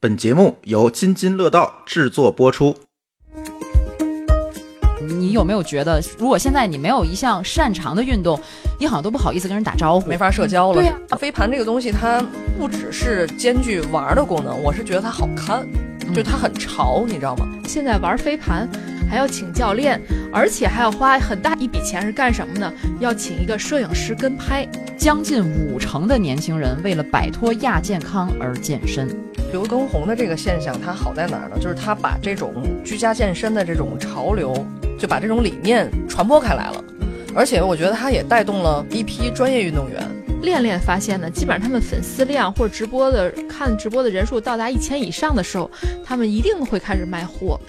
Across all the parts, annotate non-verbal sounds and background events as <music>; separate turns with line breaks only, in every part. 本节目由津津乐道制作播出。
你有没有觉得，如果现在你没有一项擅长的运动，你好像都不好意思跟人打招呼，
没法社交
嗯
了。
对呀、
飞盘这个东西，它不只是兼具玩的功能，我是觉得它好看，
嗯
就它很潮，你知道吗？
现在玩飞盘还要请教练，而且还要花很大一笔钱，是干什么呢？要请一个摄影师跟拍。
将近五成的年轻人为了摆脱亚健康而健身。
刘畊宏的这个现象，它好在哪儿呢？就是他把这种居家健身的这种潮流，就把这种理念传播开来了，而且我觉得他也带动了一批专业运动员。
练练发现呢，基本上他们粉丝量或者直播的看直播的人数到达一千以上的时候，他们一定会开始卖货。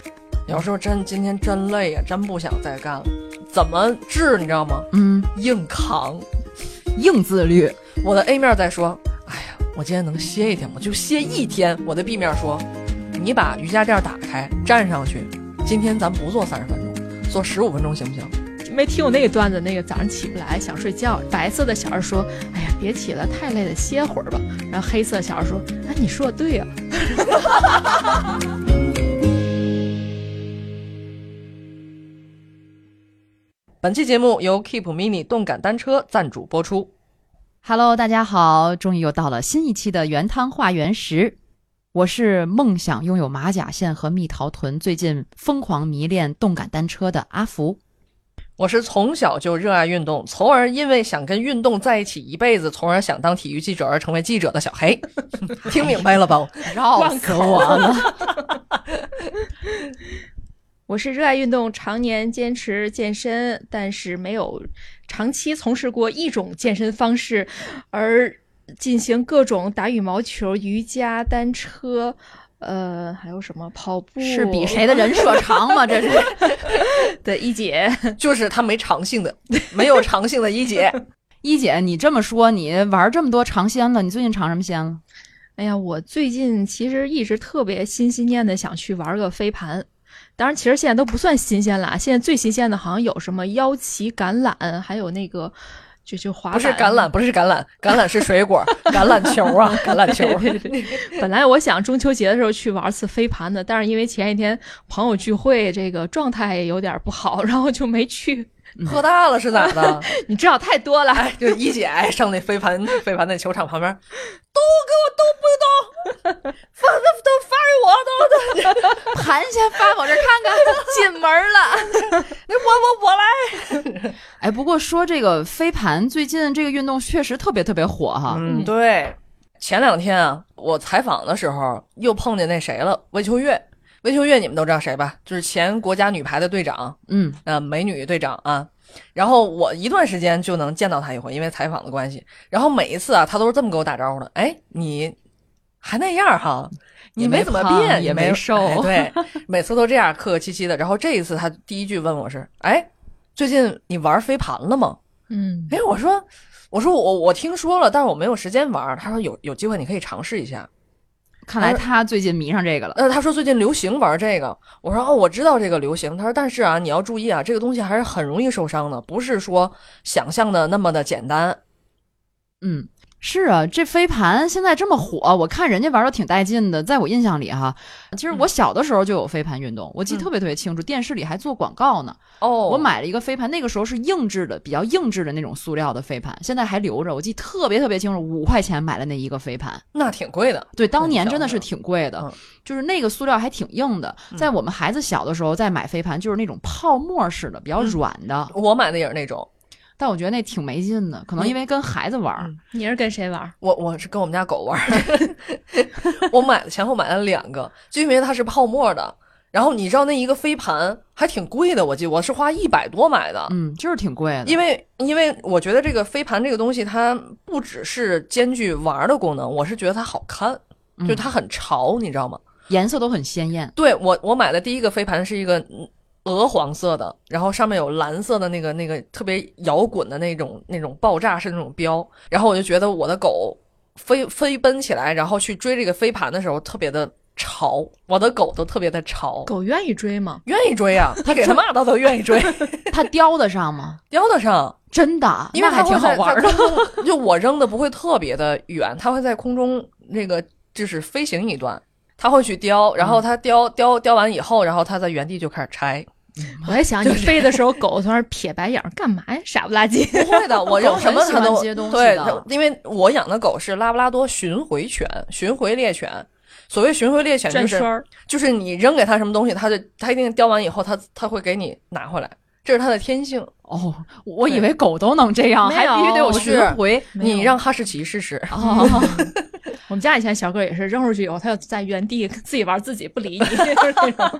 有时候真今天真累呀、真不想再干了，怎么治你知道吗？
嗯，
硬扛。
硬自律，
我的 A 面在说：“哎呀，我今天能歇一天吗？就歇一天。”我的 B 面说：“你把瑜伽垫打开，站上去。今天咱不做三十分钟，做十五分钟行不行？”
没听我那个段子，那个早上起不来想睡觉，白色的小孩说：“哎呀，别起了，太累了，歇会儿吧。”然后黑色小孩说：“哎，你说的对呀、
本期节目由 Keep Mini 动感单车赞助播出。
Hello，大家好，终于又到了新一期的原汤化原食。我是梦想拥有马甲线和蜜桃臀，最近疯狂迷恋动感单车的阿福。
我是从小就热爱运动，从而因为想跟运动在一起一辈子，从而想当体育记者而成为记者的小黑。 <laughs> 听明白了吧？
<laughs> 绕死我了！
我是热爱运动，常年坚持健身，但是没有长期从事过一种健身方式，而进行各种打羽毛球、瑜伽、单车，呃，还有什么跑步？
是比谁的人设长吗？这是
<laughs> 的一姐？
就是他没长性的，没有长性的一姐。
一姐，你这么说，你玩这么多尝鲜了，你最近尝什么鲜了？
哎呀，我最近其实一直特别心心念的想去玩个飞盘。当然，其实现在都不算新鲜啦。现在最新鲜的好像有什么腰旗橄榄，还有那个就就滑
不
板。
是橄榄，不是橄榄，橄榄是水果，橄榄球啊，橄榄球。 <laughs>
本来我想中秋节的时候去玩次飞盘的，但是因为前一天朋友聚会，这个状态也有点不好，然后就没去。
喝大了是咋的？
你知道太多了，
<laughs>
就一姐哎上那飞盘飞盘那球场旁边，都给我都不都，
<laughs>
反正都发给我都
盘先发我这看看。
进门了。
都，我我我来。
<laughs> 哎，不过说这个飞盘，最近这个运动确实特别特别火哈。
嗯，对。前两天啊，我采访的时候又碰见那谁了，魏秋月。魏秋月你们都知道谁吧？就是前国家女排的队长，
嗯，
呃，美女队长啊。然后我一段时间就能见到她一回，因为采访的关系。然后每一次啊，她都是这么给我打招呼的：“哎，你还那样哈，你
也没
怎么
胖
变，
也
没
没瘦 <laughs>
哎对，每次都这样客客气气的。然后这一次，她第一句问我是：“哎，最近你玩飞盘了吗？”
嗯，
哎，我说，我说我我听说了，但是我没有时间玩儿。他说有有机会你可以尝试一下。
看来他最近迷上这个了。
呃，他说最近流行玩这个，我说哦，我知道这个流行。他说但是啊，你要注意啊，这个东西还是很容易受伤的，不是说想象的那么的简单。
嗯，是啊，这飞盘现在这么火，我看人家玩的挺带劲的。在我印象里哈，其实我小的时候就有飞盘运动，我记得特别特别清楚，电视里还做广告呢。
哦
我买了一个飞盘，那个时候是硬质的，比较硬质的那种塑料的飞盘，现在还留着，我记得特别特别清楚，五块钱买了那一个飞盘。
那挺贵的，
对，当年
小
真的
的
是挺贵的
嗯，
就是那个塑料还挺硬的。在我们孩子小的时候，在买飞盘就是那种泡沫似的，比
嗯
较软的，
我买的也是那种。
但我觉得那挺没劲的，可
嗯
能因为跟孩子玩儿。
你是跟谁玩？
我我是跟我们家狗玩儿的， <laughs> 我买了前后买了两个，就因为它是泡沫的。然后你知道那一个飞盘还挺贵的，我记得我是花一百多买的。
嗯，就是挺贵的，
因
为
为因为我觉得这个飞盘这个东西，它不只是兼具玩儿的功能，我是觉得它好看，就它很潮，你知道吗？
颜色都很鲜艳。
对我我买的第一个飞盘是一个嗯鹅黄色的，然后上面有蓝色的那个那个特别摇滚的那种那种爆炸式那种标，然后我就觉得我的狗飞飞奔起来，然后去追这个飞盘的时候特别的潮，我的狗都特别的潮，
狗愿意追吗？
愿意追
<laughs>
啊，它给它骂它都愿意追，
它叼得上吗？
叼得上。
真的，
因为
那还
它会
挺好
在
玩儿。
在空中就我扔的不会特别的远，它会在空中那个就是飞行一段。他会去雕，然
嗯
后他雕雕雕完以后，然后他在原地就开始拆。
我还想你飞的时候，狗从那儿撇白眼儿，干嘛呀？傻不
<laughs>
拉几。
不会的，我扔什么它
狗很喜
都
欢接东西
对
的，
因为我养的狗是拉布拉多巡回犬、巡回猎犬。所谓巡回猎犬就
转圈
是
儿，
就是你扔给它什么东西，它就它一定叼完以后，它它会给你拿回来，这是它的天性。
哦，我以为狗都能这样，
没
还必须得
有
有巡回。
<laughs>
没有
你让哈士奇试 <laughs> 试，
哦，
我们家以前小狗也是扔出去以后，它就在原地自己玩自己，不理你，就是那
<laughs>
种。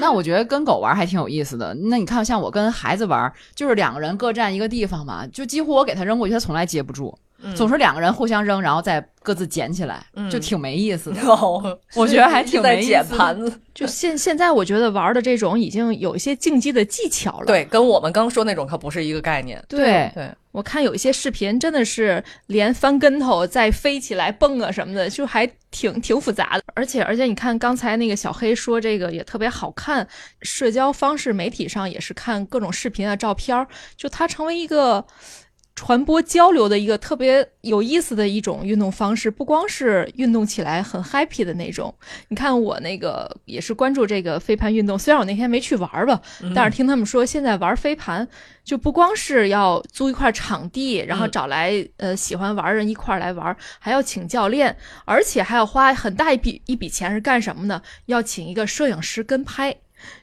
那我觉得跟狗玩还挺有意思的。那你看，像我跟孩子玩，就是两个人各站一个地方嘛，就几乎我给他扔过去，他从来接不住，
嗯
总是两个人互相扔，然后再各自捡起来，
嗯
就挺没意思的。
哦，
<laughs> 我觉得还挺
在
没意
捡
思的。
盘子。
就现现在，我觉得玩的这种已经有一些竞技的技巧了。
对，跟我们刚说那种可不是一个概念。
对，
对，
我看有一些视频，真的是连翻跟头、再飞起来、蹦啊什么的，就还挺挺复杂的。而且而且，你看刚才那个小黑说这个也特别好看，社交方式媒体上也是看各种视频啊、照片儿，就它成为一个。传播交流的一个特别有意思的一种运动方式，不光是运动起来很 happy 的那种。你看我那个也是关注这个飞盘运动，虽然我那天没去玩儿吧，
嗯
但是听他们说，现在玩飞盘就不光是要租一块场地，然后
嗯
找来、呃喜欢玩人一块儿来玩，还要请教练，而且还要花很大一笔一笔钱是干什么呢？要请一个摄影师跟拍。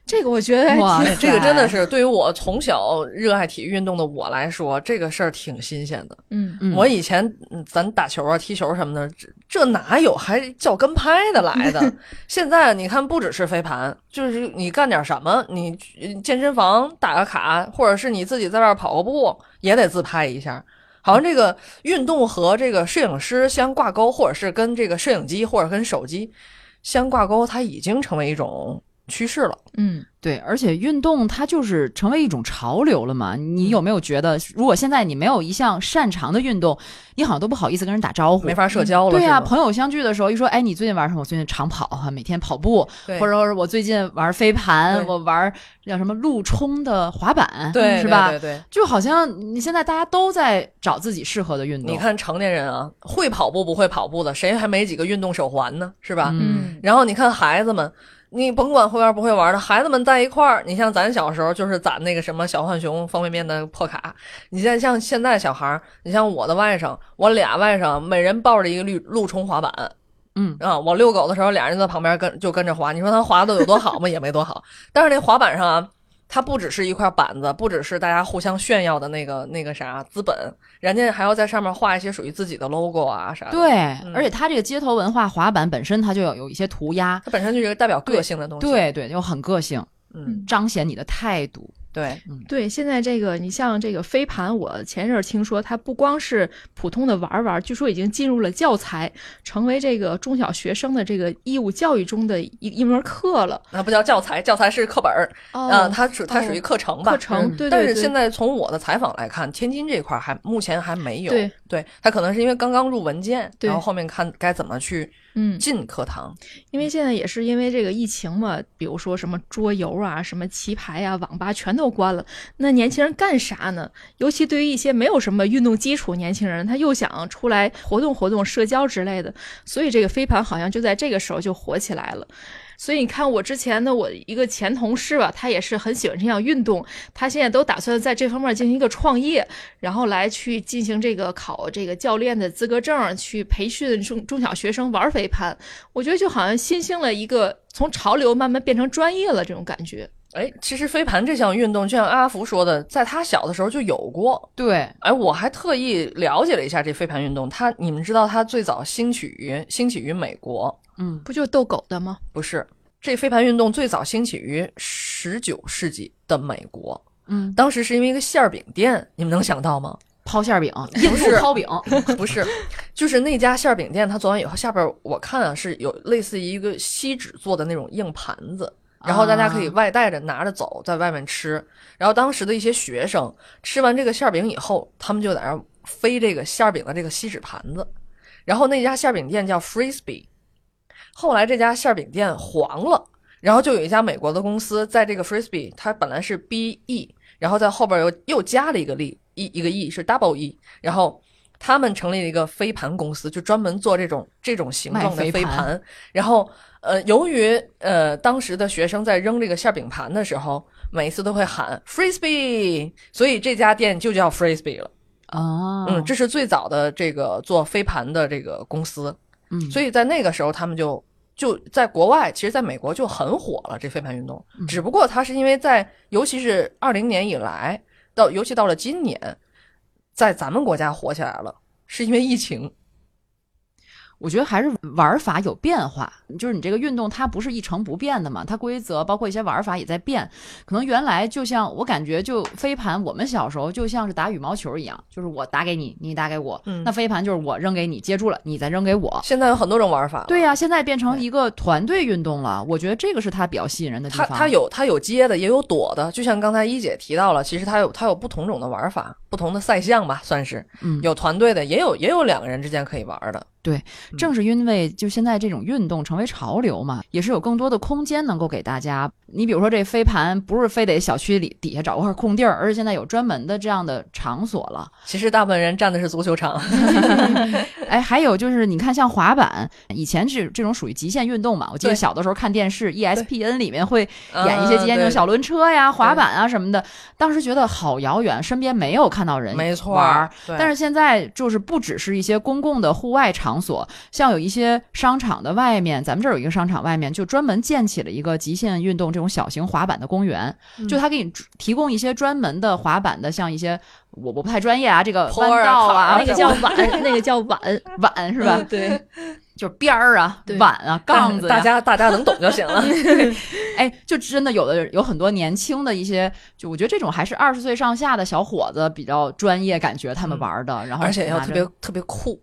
这个我觉得还
哇
挺，
塞
哎这个真的是对于我从小热爱体育运动的我来说，这个事儿挺新鲜的。
嗯，
嗯
我以前嗯咱打球啊、踢球什么的，这这哪有还叫跟拍的来
<laughs>
的？现在你看，不只是飞盘，就是你干点什么，你去健身房打个卡，或者是你自己在外跑个步，也得自拍一下。好像这个运动和这个摄影师相挂钩，或者是跟这个摄影机或者跟手机相挂钩，它已经成为一种趋势了。
嗯，
对，而且运动它就是成为一种潮流了嘛。
嗯
你有没有觉得，如果现在你没有一项擅长的运动，你好像都不好意思跟人打招呼
没。法社交了，
对啊呀、
呀、
朋友相聚的时候一说，哎，你最近玩什么？我最近长跑啊，每天跑步，
对
或者说是我最近玩飞盘，
对
我玩叫什么陆冲的滑板，
对
是吧？
对对对
就好像你现在大家都在找自己适合的运动，
你看成年人啊，会跑步不会跑步的，谁还没几个运动手环呢？是吧？
嗯
嗯
然后你看孩子们，你甭管会玩不会玩的，孩子们在一块儿，你像咱小时候就是攒那个什么小浣熊方便面的破卡，你现在像现在小孩儿，你像我的外甥，我俩外甥每人抱着一个绿陆冲滑板。
嗯
啊，我遛狗的时候，俩人在旁边跟就跟着滑，你嗯说他滑的有多好吗？也没多好。但是那滑板上啊，它不只是一块板子，不只是大家互相炫耀的那个那个啥资本，人家还要在上面画一些属于自己的 logo 啊啥的。，
对，
嗯
而且它这个街头文化滑板本身它就有有一些涂鸦，
它本身就是一个代表个性的东西。，
对对，又很个性，
嗯，
彰显你的态度。
对，
对，现在这个你像这个飞盘，我前阵儿听说它不光是普通的玩儿玩儿，据说已经进入了教材，成为这个中小学生的这个义务教育中的一一门课了。
那不叫教材，教材是课本儿，
哦
嗯，它属它属于课程吧。
课程，
嗯
哦
对对对。
但是现在从我的采访来看，天津这块儿还目前还没有，
对，
它可能是因为刚刚入文件，
对
然后后面看该怎么去
嗯，
进课堂。
因为现在也是因为这个疫情嘛，比如说什么桌游啊、什么棋牌啊、网吧全都关了，那年轻人干啥呢？尤其对于一些没有什么运动基础年轻人，他又想出来活动活动、社交之类的，所以这个飞盘好像就在这个时候就火起来了。所以你看，我之前的我一个前同事吧，他也是很喜欢这项运动，他现在都打算在这方面进行一个创业，然后来去进行这个考这个教练的资格证，去培训中中小学生玩飞盘。我觉得就好像新兴了一个从潮流慢慢变成专业了这种感觉。
哎，其实飞盘这项运动，就像阿福说的，在他小的时候就有过。
对，
哎，我还特意了解了一下这飞盘运动，它你们知道它最早兴起于兴起于美国，
嗯
不就是逗狗的 <laughs> 吗？
不是？这飞盘运动最早兴起于十九世纪的美国，
嗯，
当时是因为一个馅儿饼店，你们能想到吗？ <laughs>
抛馅儿饼，印度
是
抛
<laughs>
饼，哦
不是，就是那家馅儿饼店，他做完以后，下边儿我看啊是有类似于一个锡纸做的那种硬盘子，然后大家可以
啊
外带着拿着走，在外面吃。然后当时的一些学生吃完这个馅儿饼以后，他们就在那儿飞这个馅儿饼的这个锡纸盘子。然后那家馅儿饼店叫 Frisbee，后来这家馅儿饼店黄了，然后就有一家美国的公司在这个 Frisbee，它本来是 B E，然后在后边又又加了一个 e 一一个 e 是 double e，然后他们成立了一个飞盘公司，就专门做这种这种形状的
卖飞
飞
盘
盘。然后，呃，由于呃当时的学生在扔这个馅饼盘的时候，每次都会喊 frisbee，所以这家店就叫 frisbee 了。
哦，
嗯，这是最早的这个做飞盘的这个公司。
嗯，
所以在那个时候，他们就就在国外，其实在美国就很火了这飞盘运动
嗯。
只不过它是因为在，尤其是二零年以来，到尤其到了今年，在咱们国家火起来了，是因为疫情。
我觉得还是玩法有变化，就是你这个运动它不是一成不变的嘛，它规则包括一些玩法也在变。可能原来就像我感觉就飞盘，我们小时候就像是打羽毛球一样，就是我打给你，你打给我。
嗯
那飞盘就是我扔给你，接住了，你再扔给我。
现在有很多种玩法了，
对呀、现在变成一个团队运动了，我觉得这个是它比较吸引人的地
它
方。
它有它有接的，也有躲的，就像刚才一姐提到了，其实它有它有不同种的玩法，不同的赛项吧，算是
嗯
有团队的，也有也有两个人之间可以玩的。嗯
正是因为就现在这种运动成为潮流嘛，也是有更多的空间能够给大家。你比如说这飞盘，不是非得小区里底下找块空地儿，而是现在有专门的这样的场所了。 <laughs>
其实大部分人站的是足球场，
哎，还有就是你看像滑板，以前是这种属于极限运动嘛，我记得
对
小的时候看电视 E ESPN 里面会演一些极限运
啊
动，小轮车呀、滑
对
板啊什么的，当时觉得好遥远，身边没有看到
对
人
没错
玩儿
儿。。对
但是现在就是不只是一些公共的户外场所，像有一些商场的外面，咱们这儿有一个商场外面就专门建起了一个极限运动这种小型滑板的公园，
嗯
就它给你提供一些专门的滑板的，像一些我我不太专业啊，这个
坡
弯
儿啊
道
坎儿啊
啊，
那个叫碗，哎那个叫 <laughs> 碗，
碗是吧？
嗯对，
就是边儿啊
对、
碗啊、杠子呀
嗯大家大家能懂就 <laughs> 行了。
哎，就真的有的有很多年轻的一些，就我觉得这种还是二十岁上下的小伙子比较专业，感觉他们玩的，然后
嗯而且要特别
拿着
特别酷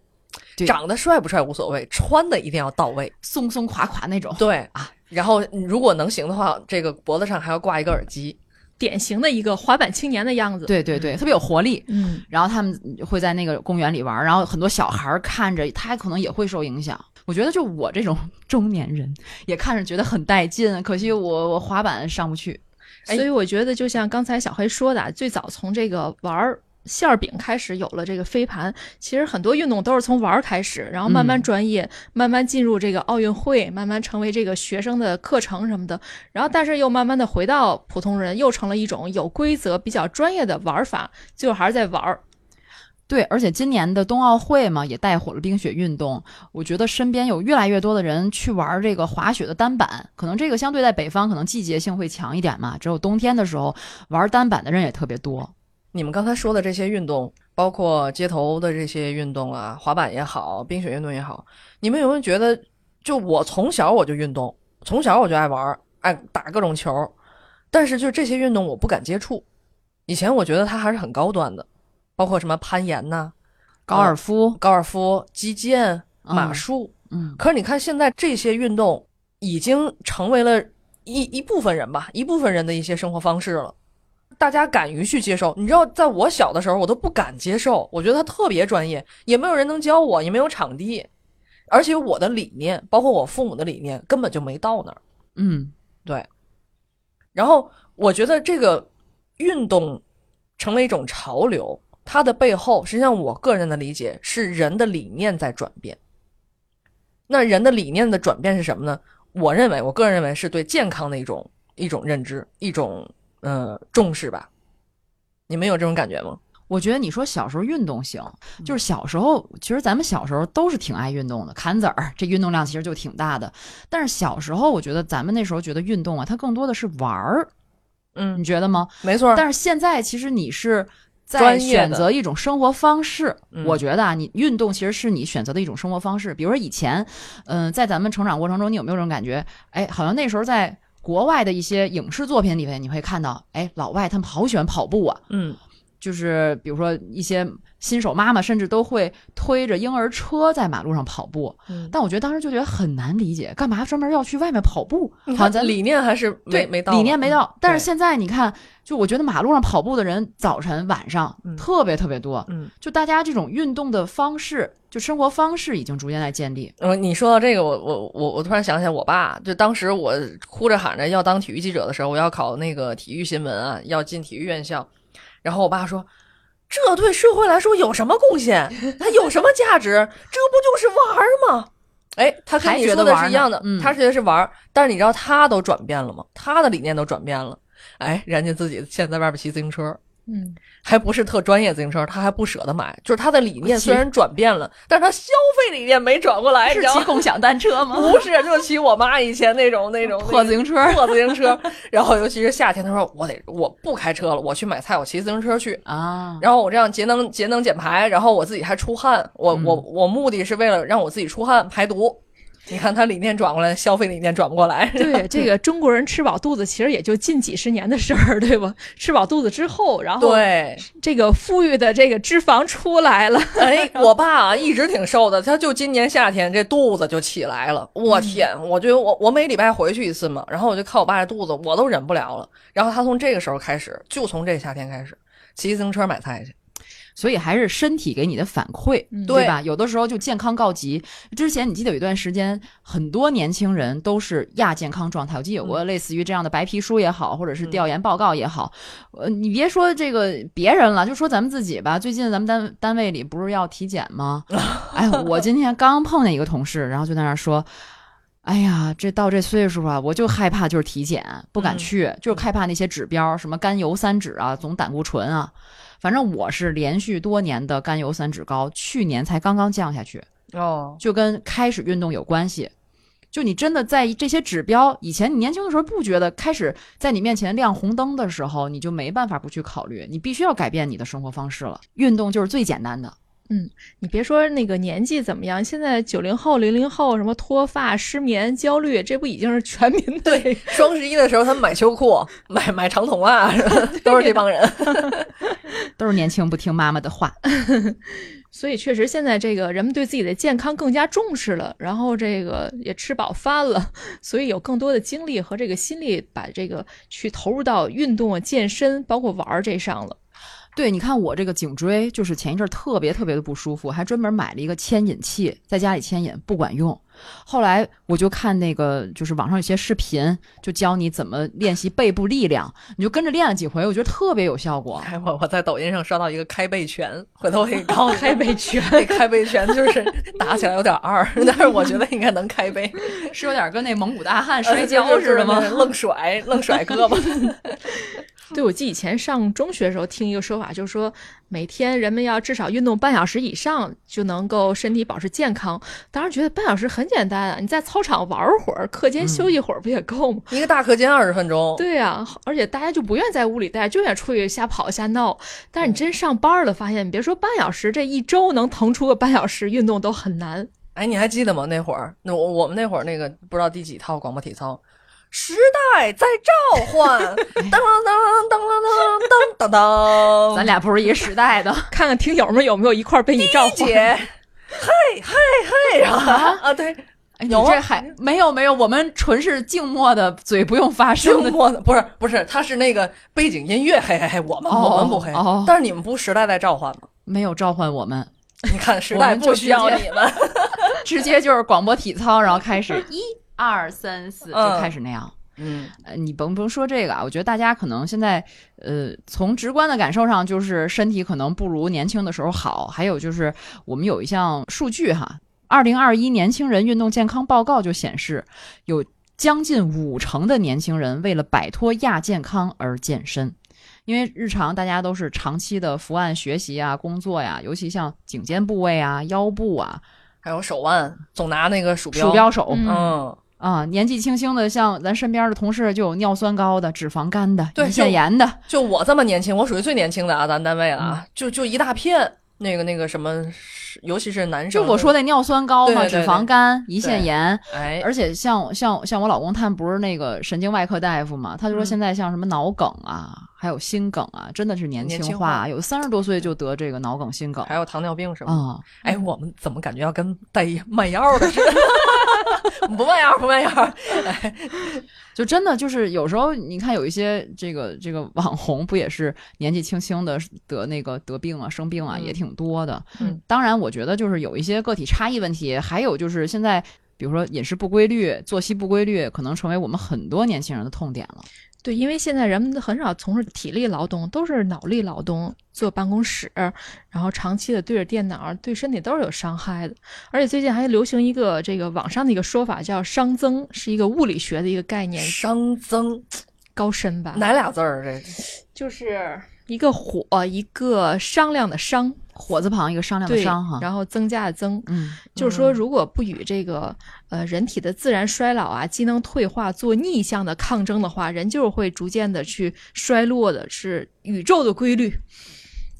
对，
长得帅不帅无所谓，穿的一定要到位。
松松垮垮那种。
<laughs> 对
啊，
然后如果能行的话，这个脖子上还要挂一个耳机。
典型的一个滑板青年的样子。，
对对对，特别有活力。
嗯，
然后他们会在那个公园里玩，然后很多小孩儿看着，他可能也会受影响。我觉得就我这种 <laughs> 中年人也看着觉得很带劲，可惜我我滑板上不去。
哎
所以我觉得就像刚才小黑说的啊，最早从这个玩儿。馅儿饼开始有了这个飞盘，其实很多运动都是从玩儿开始，然后慢慢
嗯
专业，慢慢进入这个奥运会，慢慢成为这个学生的课程什么的，然后但是又慢慢的回到普通人，又成了一种有规则、比较专业的玩儿法，最后还是在玩儿。
对，而且今年的冬奥会嘛，也带火了冰雪运动。我觉得身边有越来越多的人去玩这个滑雪的单板，可能这个相对在北方可能季节性会强一点嘛，只有冬天的时候玩单板的人也特别多。
你们刚才说的这些运动，包括街头的这些运动啊，滑板也好，冰雪运动也好，你们有没有觉得，就我从小我就运动，从小我就爱玩儿，爱打各种球，但是就这些运动我不敢接触。以前我觉得它还是很高端的，包括什么攀岩呐、
高尔夫，
高尔夫、击剑、马
嗯
术。
嗯，
可是你看，现在这些运动已经成为了一一部分人吧，一部分人的一些生活方式了。大家敢于去接受，你知道，在我小的时候，我都不敢接受，我觉得他特别专业，也没有人能教我，也没有场地，而且我的理念，包括我父母的理念，根本就没到那儿。
嗯，
然后我觉得这个运动成了一种潮流，它的背后，实际上我个人的理解是人的理念在转变。那人的理念的转变是什么呢？我认为，我个人认为是对健康的一种一种认知，一种呃重视吧。你们有这种感觉吗？
我觉得你说小时候运动行，
嗯
就是小时候，其实咱们小时候都是挺爱运动的，砍子儿这运动量其实就挺大的。但是小时候，我觉得咱们那时候觉得运动啊，它更多的是玩儿，你
嗯，
觉得吗？
没错。
但是现在其实你是在
专业
选
的
择一种生活方式，
嗯
我觉得啊，你运动其实是你选择的一种生活方式。比如说以前，嗯、在咱们成长过程中，你有没有这种感觉？哎，好像那时候在国外的一些影视作品里面，你会看到，哎，老外他们好喜欢跑步啊，
嗯，
就是比如说一些新手妈妈甚至都会推着婴儿车在马路上跑步。
嗯
但我觉得当时就觉得很难理解，干嘛专门要去外面跑步？好
你
像
看
咱
理念还是没
对，
没到
理念没
嗯
到。但是
对
现在你看，就我觉得马路上跑步的人，早晨、晚上
嗯
特别特别多。
嗯，
就大家这种运动的方式，就生活方式已经逐渐在建立。
嗯，你说到这个，我我我我突然想起来，我爸就当时我哭着喊着要当体育记者的时候，我要考那个体育新闻啊，要进体育院校，然后我爸说：“这对社会来说有什么贡献？它有什么价值？这不就是玩儿吗？哎，他跟
还
你
觉
说
得
的
玩
是
儿
一样
呢
的，
嗯
他觉得是玩儿，但是你知道他都转变了吗？他的理念都转变了。哎，人家自己现在在外边骑自行车，
嗯，
还不是特专业自行车，他还不舍得买，就是他的理念
骑
虽然转变了，但是他消费理念没转过来，你
是
知道
骑
吗？
共享单车
<laughs>
吗？
不是，就是骑我妈以前那种那种
<laughs> 破自行车
<laughs> 破自行车。然后尤其是夏天，她说我得我不开车了，我去买菜，我骑自行车去。
啊，
然后我这样节能节能减排，然后我自己还出汗，我、我
嗯
我目的是为了让我自己出汗排毒。你看他理念转过来，消费理念转不过 <laughs> 来。
对，这个中国人吃饱肚子其实也就近几十年的事儿，对吧？吃饱肚子之后，然后
对，
这个富裕的这个脂肪出来了， <laughs>
<laughs> 哎，我爸啊一直挺瘦的，他就今年夏天这肚子就起来了。我天，我觉得我我每礼拜回去一次嘛，然后我就看我爸这肚子，我都忍不了了。然后他从这个时候开始，就从这夏天开始骑自行车买菜去。
所以还是身体给你的反馈，
嗯
对吧？有的时候就健康告急。之前你记得有一段时间，很多年轻人都是亚健康状态。我记得有过类似于这样的白皮书也好，或者是调研报告也好，呃，你别说这个别人了，就说咱们自己吧。最近咱们单单位里不是要体检吗？ <laughs> 哎，我今天刚碰见一个同事，然后就在那儿说。哎呀，这到这岁数啊，我就害怕就是体检，不敢
嗯
去，就是害怕那些指标，什么甘油三酯啊，总胆固醇啊，反正我是连续多年的甘油三酯高，去年才刚刚降下去，
哦，
就跟开始运动有关系。就你真的在意这些指标，以前你年轻的时候不觉得，开始在你面前亮红灯的时候，你就没办法不去考虑，你必须要改变你的生活方式了。运动就是最简单的，
你别说那个年纪怎么样，现在九零后、零零后什么脱发、失眠、焦虑，这不已经是全民的对
双十一的时候他们买秋裤、买买长筒袜、 <laughs> 都是这帮人。
都是年轻不听妈妈的话。
所以确实，现在这个人们对自己的健康更加重视了，然后这个也吃饱饭了，所以有更多的精力和这个心力，把这个去投入到运动啊、健身，包括玩儿这上了。
对，你看我这个颈椎就是前一阵儿特别特别的不舒服，还专门买了一个牵引器，在家里牵引不管用。后来我就看那个，就是网上有些视频，就教你怎么练习背部力量，你就跟着练了几回，我觉得特别有效
<laughs>
果。
<laughs> 哎，我我在抖音上刷到一个开背拳，回头我给你告诉你。
开背拳，
那开背拳就是打起来有点二，但是我觉得应该能开背。
是有点跟那蒙古大汉
摔跤似的吗？ <laughs> 愣甩，愣甩胳膊。
对，我记得以前上中学的时候听一个说法，就是说每天人们要至少运动半小时以上，就能够身体保持健康。当时觉得半小时很简单啊，你在操场玩会儿，课间休息会儿不也够吗？
<laughs> 一个大课间二十分钟，
对呀、而且大家就不愿在屋里待，就愿出去瞎跑瞎闹。但是你真上班了，发现你别说半小时，这一周能腾出个半小时运动都很难。
哎，你还记得吗？那会儿，那我我们那会儿那个不知道第几套广播体操，时代在召唤，当当当当当当当当当，
咱俩不是一个时代
<laughs>
的，
看看听友们有没有一块儿被你召唤。
姐，嘿嘿嘿，然后啊，对，
哎
有
你
啊
这还没有没有，我们纯是静默的，嘴不用发
静
声的。
默的不是不是，它是那个背景音乐，嘿嘿嘿，我们我们不嘿，但是你们不时代在召唤吗？
没有召唤我们，
你看时代不需要你们，
直接就是广播体操，然后开
<laughs>
始一二三四
嗯
就开始那样。
嗯，
呃，你甭甭说这个啊，我觉得大家可能现在，呃，从直观的感受上，就是身体可能不如年轻的时候好。还有就是，我们有一项数据哈，二零二一年轻人运动健康报告就显示，有将近五成的年轻人为了摆脱亚健康而健身。因为日常大家都是长期的伏案学习啊、工作呀、尤其像颈肩部位啊、腰部啊、
还有手腕总拿那个鼠标，
鼠标手，
嗯
嗯，
啊，年纪轻轻的，像咱身边的同事就有尿酸高的、脂肪肝的、
对
胰腺
就
炎的，
就我这么年轻，我属于最年轻的啊，咱单位了
嗯
啊，就就一大片那个那个什么，尤其是男
就
生，
我说，那尿酸高嘛，
对对对
脂肪肝、胰腺炎，
哎，
而且像像像我老公他们不是那个神经外科大夫嘛，他就说
嗯
现在像什么脑梗啊，还有心梗啊，真的是年
年
轻
轻
化，
化
有三十多岁就得这个脑梗、心梗
还有糖尿病什么的，
啊。
哎，我们怎么感觉要跟带卖药的似的？ <laughs> 不卖药，不卖药，
就真的就是有时候你看有一些这个这个网红不也是年纪轻轻的得那个得病啊生病啊
嗯
也挺多的。
嗯，
当然我觉得就是有一些个体差异问题，还有就是现在比如说饮食不规律、作息不规律，可能成为我们很多年轻人的痛点了。
对，因为现在人们很少从事体力劳动，都是脑力劳动，坐办公室，然后长期的对着电脑，对身体都是有伤害的。而且最近还流行一个这个网上的一个说法叫“熵增”，是一个物理学的一个概念，
熵增
高深吧？
哪俩字儿？啊这
就是一个火，一个商量的商，
火字旁一个商量的
对，
商哈，
然后增加的增，
嗯，
就是说，如果不与这个呃人体的自然衰老啊、机能退化做逆向的抗争的话，人就是会逐渐的去衰落的，是宇宙的规律。
嗯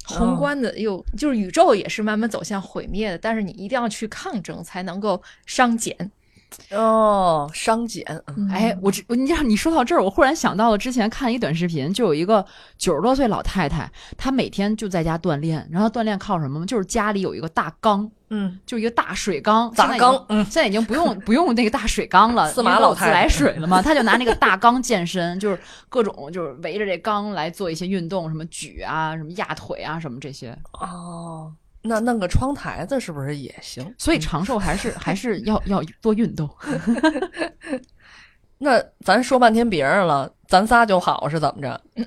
宏观的又、就是宇宙也是慢慢走向毁灭的，但是你一定要去抗争，才能够商减。
哦，熵减，嗯
哎，我这我你让你说到这儿，我忽然想到了之前看一短视频，就有一个九十多岁老太太，她每天就在家锻炼，然后锻炼靠什么吗？就是家里有一个大缸，
嗯，
就一个大水缸，现在
砸
已经
缸嗯
现在已经不用 <laughs> 不用那个大水缸了，
司马
因为
老
都自
太太
来水了嘛，她就拿那个大缸健身，就是各种就是围着这缸来做一些运动，什么举啊，什么压腿啊，什么这些，
哦，那弄个窗台子是不是也行？
所以长寿还是还是要要多运动。
那咱说半天别人了，咱仨就好是怎么着？
<laughs>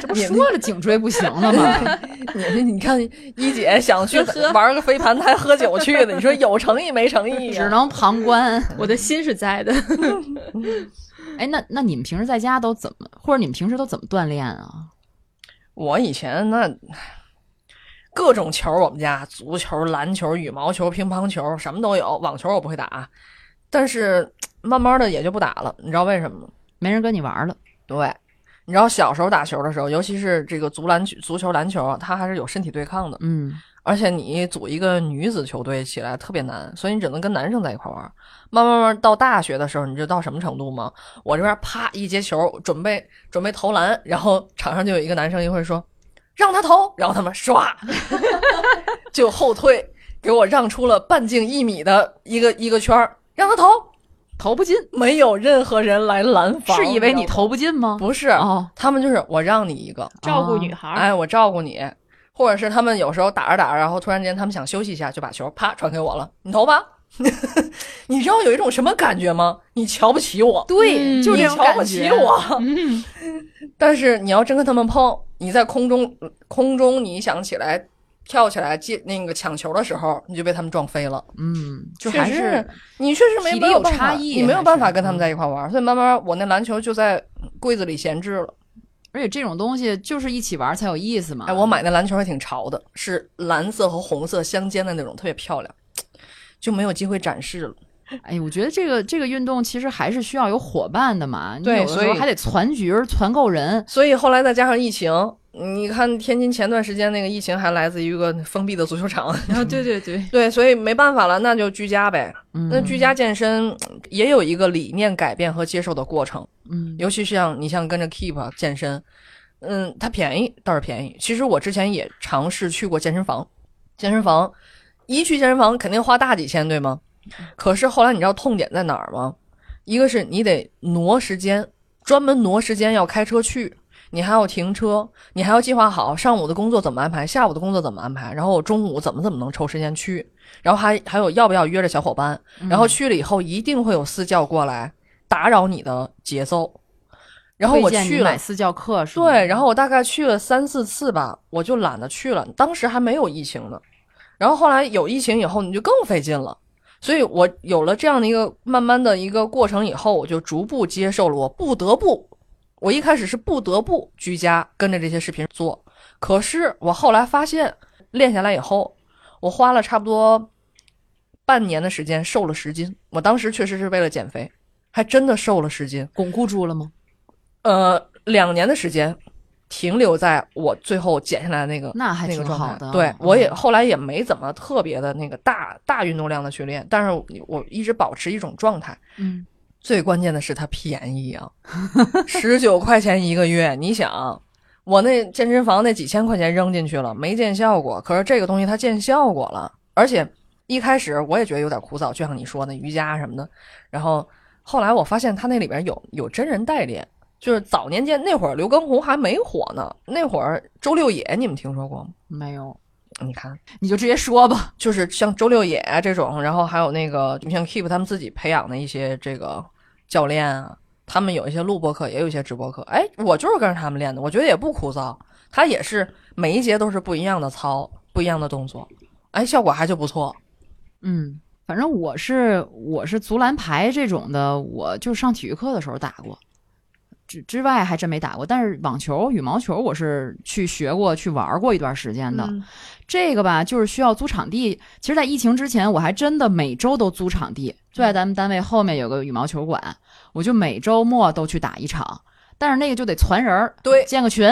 这不说了颈椎不行了吗？
你 <laughs> 你看一姐想去玩个飞盘还喝酒去的，你说有诚意没诚
<laughs>
意呀、
<laughs>
啊
只能旁观。
我的心是在的，
哦
<laughs>
哎，那那你们平时在家都怎么，或者你们平时都怎么锻炼啊？
我以前那各种球，我们家足球、篮球、羽毛球、乒乓球什么都有，网球我不会打，但是慢慢的也就不打了，你知道为什么吗？
没人跟你玩了，
对，你知道小时候打球的时候，尤其是这个足篮球、足球、篮球，啊它还是有身体对抗的，
嗯，
而且你组一个女子球队起来特别难，所以你只能跟男生在一块玩。慢慢慢到大学的时候，你知道到什么程度吗？我这边啪一接球，准备准备投篮，然后场上就有一个男生一会儿说让他投，然后他们
<laughs>
唰就后退，给我让出了半径一米的一个一个圈儿，让他投，
投不进，
没有任何人来拦防，
是以为
知道
你
吗
投不进吗？
不是，
哦，
他们就是我让你一个，
照顾女孩儿。
哎，我照顾你，或者是他们有时候打着打着，然后突然间他们想休息一下，就把球啪传给我了，你投吧。 <laughs> 你知道有一种什么感觉吗？你瞧不起我，
对，
嗯
就
你
这种
瞧
感
不起
觉。
我。
嗯，
<laughs> 但是你要真跟他们碰，你在空中空中你想起来跳起来接那个抢球的时候，你就被他们撞飞了。
嗯，就
确
还
实
是
你确实没
体力
没
有
办法
差异
你没有
还
办
是
法跟他
嗯
们在一块玩，所以慢慢我那篮球就在柜子里闲置了。
而且这种东西就是一起玩才有意思嘛。
哎，我买那篮球还挺潮的，是蓝色和红色相间的那种，特别漂亮，就没有机会展示了。
哎，我觉得这个这个运动其实还是需要有伙伴的嘛。你
对
有的时
所
候
以
还得攒局儿、攒够人。
所以后来再加上疫情，你看天津前段时间那个疫情还来自于一个封闭的足球场， <laughs>
然后啊对对对，
对，所以没办法了，那就居家呗。
嗯，
那居家健身嗯也有一个理念改变和接受的过程，
嗯
尤其是像你像跟着 Keep 啊健身，嗯，它便宜倒是便宜。其实我之前也尝试去过健身房，健身房一去健身房肯定花大几千，对吗？可是后来你知道痛点在哪儿吗？一个是你得挪时间，专门挪时间要开车去，你还要停车，你还要计划好上午的工作怎么安排，下午的工作怎么安排，然后我中午怎么怎么能抽时间去，然后还还有要不要约着小伙伴，
嗯
然后去了以后一定会有私教过来打扰你的节奏，然后
推
我
荐你
去了
买。私教课是吗
对，然后我大概去了三四次吧，我就懒得去了。当时还没有疫情呢，然后后来有疫情以后，你就更费劲了。所以我有了这样的一个慢慢的一个过程以后，我就逐步接受了，我不得不，我一开始是不得不居家跟着这些视频做，可是我后来发现练下来以后，我花了差不多半年的时间瘦了十斤。我当时确实是为了减肥，还真的瘦了十斤。
巩固住了吗？
呃，两年的时间停留在我最后减下来的那个
那还
那个
挺
状
好
态。
的。
对，我也
嗯
后来也没怎么特别的那个大大运动量的去练，但是我我一直保持一种状态。
嗯，
最关键的是它便宜啊，十九块钱一个月。你想，我那健身房那几千块钱扔进去了，没见效果。可是这个东西它见效果了，而且一开始我也觉得有点枯燥，就像你说的瑜伽什么的。然后后来我发现它那里边有有真人代练，就是早年间那会儿刘畊宏还没火呢，那会儿周六野你们听说过吗？
没有，
你看，
你就直接说吧。
就是像周六野这种，然后还有那个你像 Keep 他们自己培养的一些这个教练啊，他们有一些录播课，也有一些直播课。哎，我就是跟着他们练的，我觉得也不枯燥。他也是每一节都是不一样的操，不一样的动作，哎，效果还就不错。
嗯，反正我是我是足篮排这种的，我就上体育课的时候打过，之之外还真没打过。但是网球、羽毛球我是去学过、去玩过一段时间的。
嗯
这个吧，就是需要租场地。其实，在疫情之前，我还真的每周都租场地，就在咱们单位后面有个羽毛球馆，我就每周末都去打一场。但是那个就得攒人儿，
对
建个群，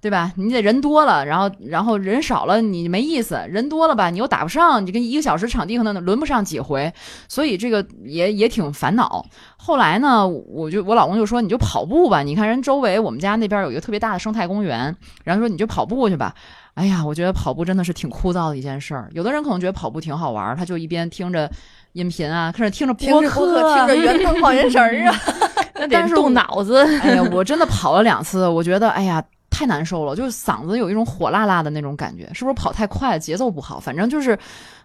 对吧？你得人多了，然后然后人少了你没意思，人多了吧你又打不上，你跟一个小时场地可能轮不上几回，所以这个也也挺烦恼。后来呢，我就我老公就说你就跑步吧，你看人周围我们家那边有一个特别大的生态公园，然后说你就跑步去吧。哎呀，我觉得跑步真的是挺枯燥的一件事儿。有的人可能觉得跑步挺好玩儿，他就一边听着音频啊，看着听着
听着
播
播客，
啊
听着圆通晃眼神儿啊，
那得
但是我
动脑子。
<laughs> 哎呀，我真的跑了两次，我觉得哎呀太难受了，就是嗓子有一种火辣辣的那种感觉，是不是跑太快节奏不好？反正就是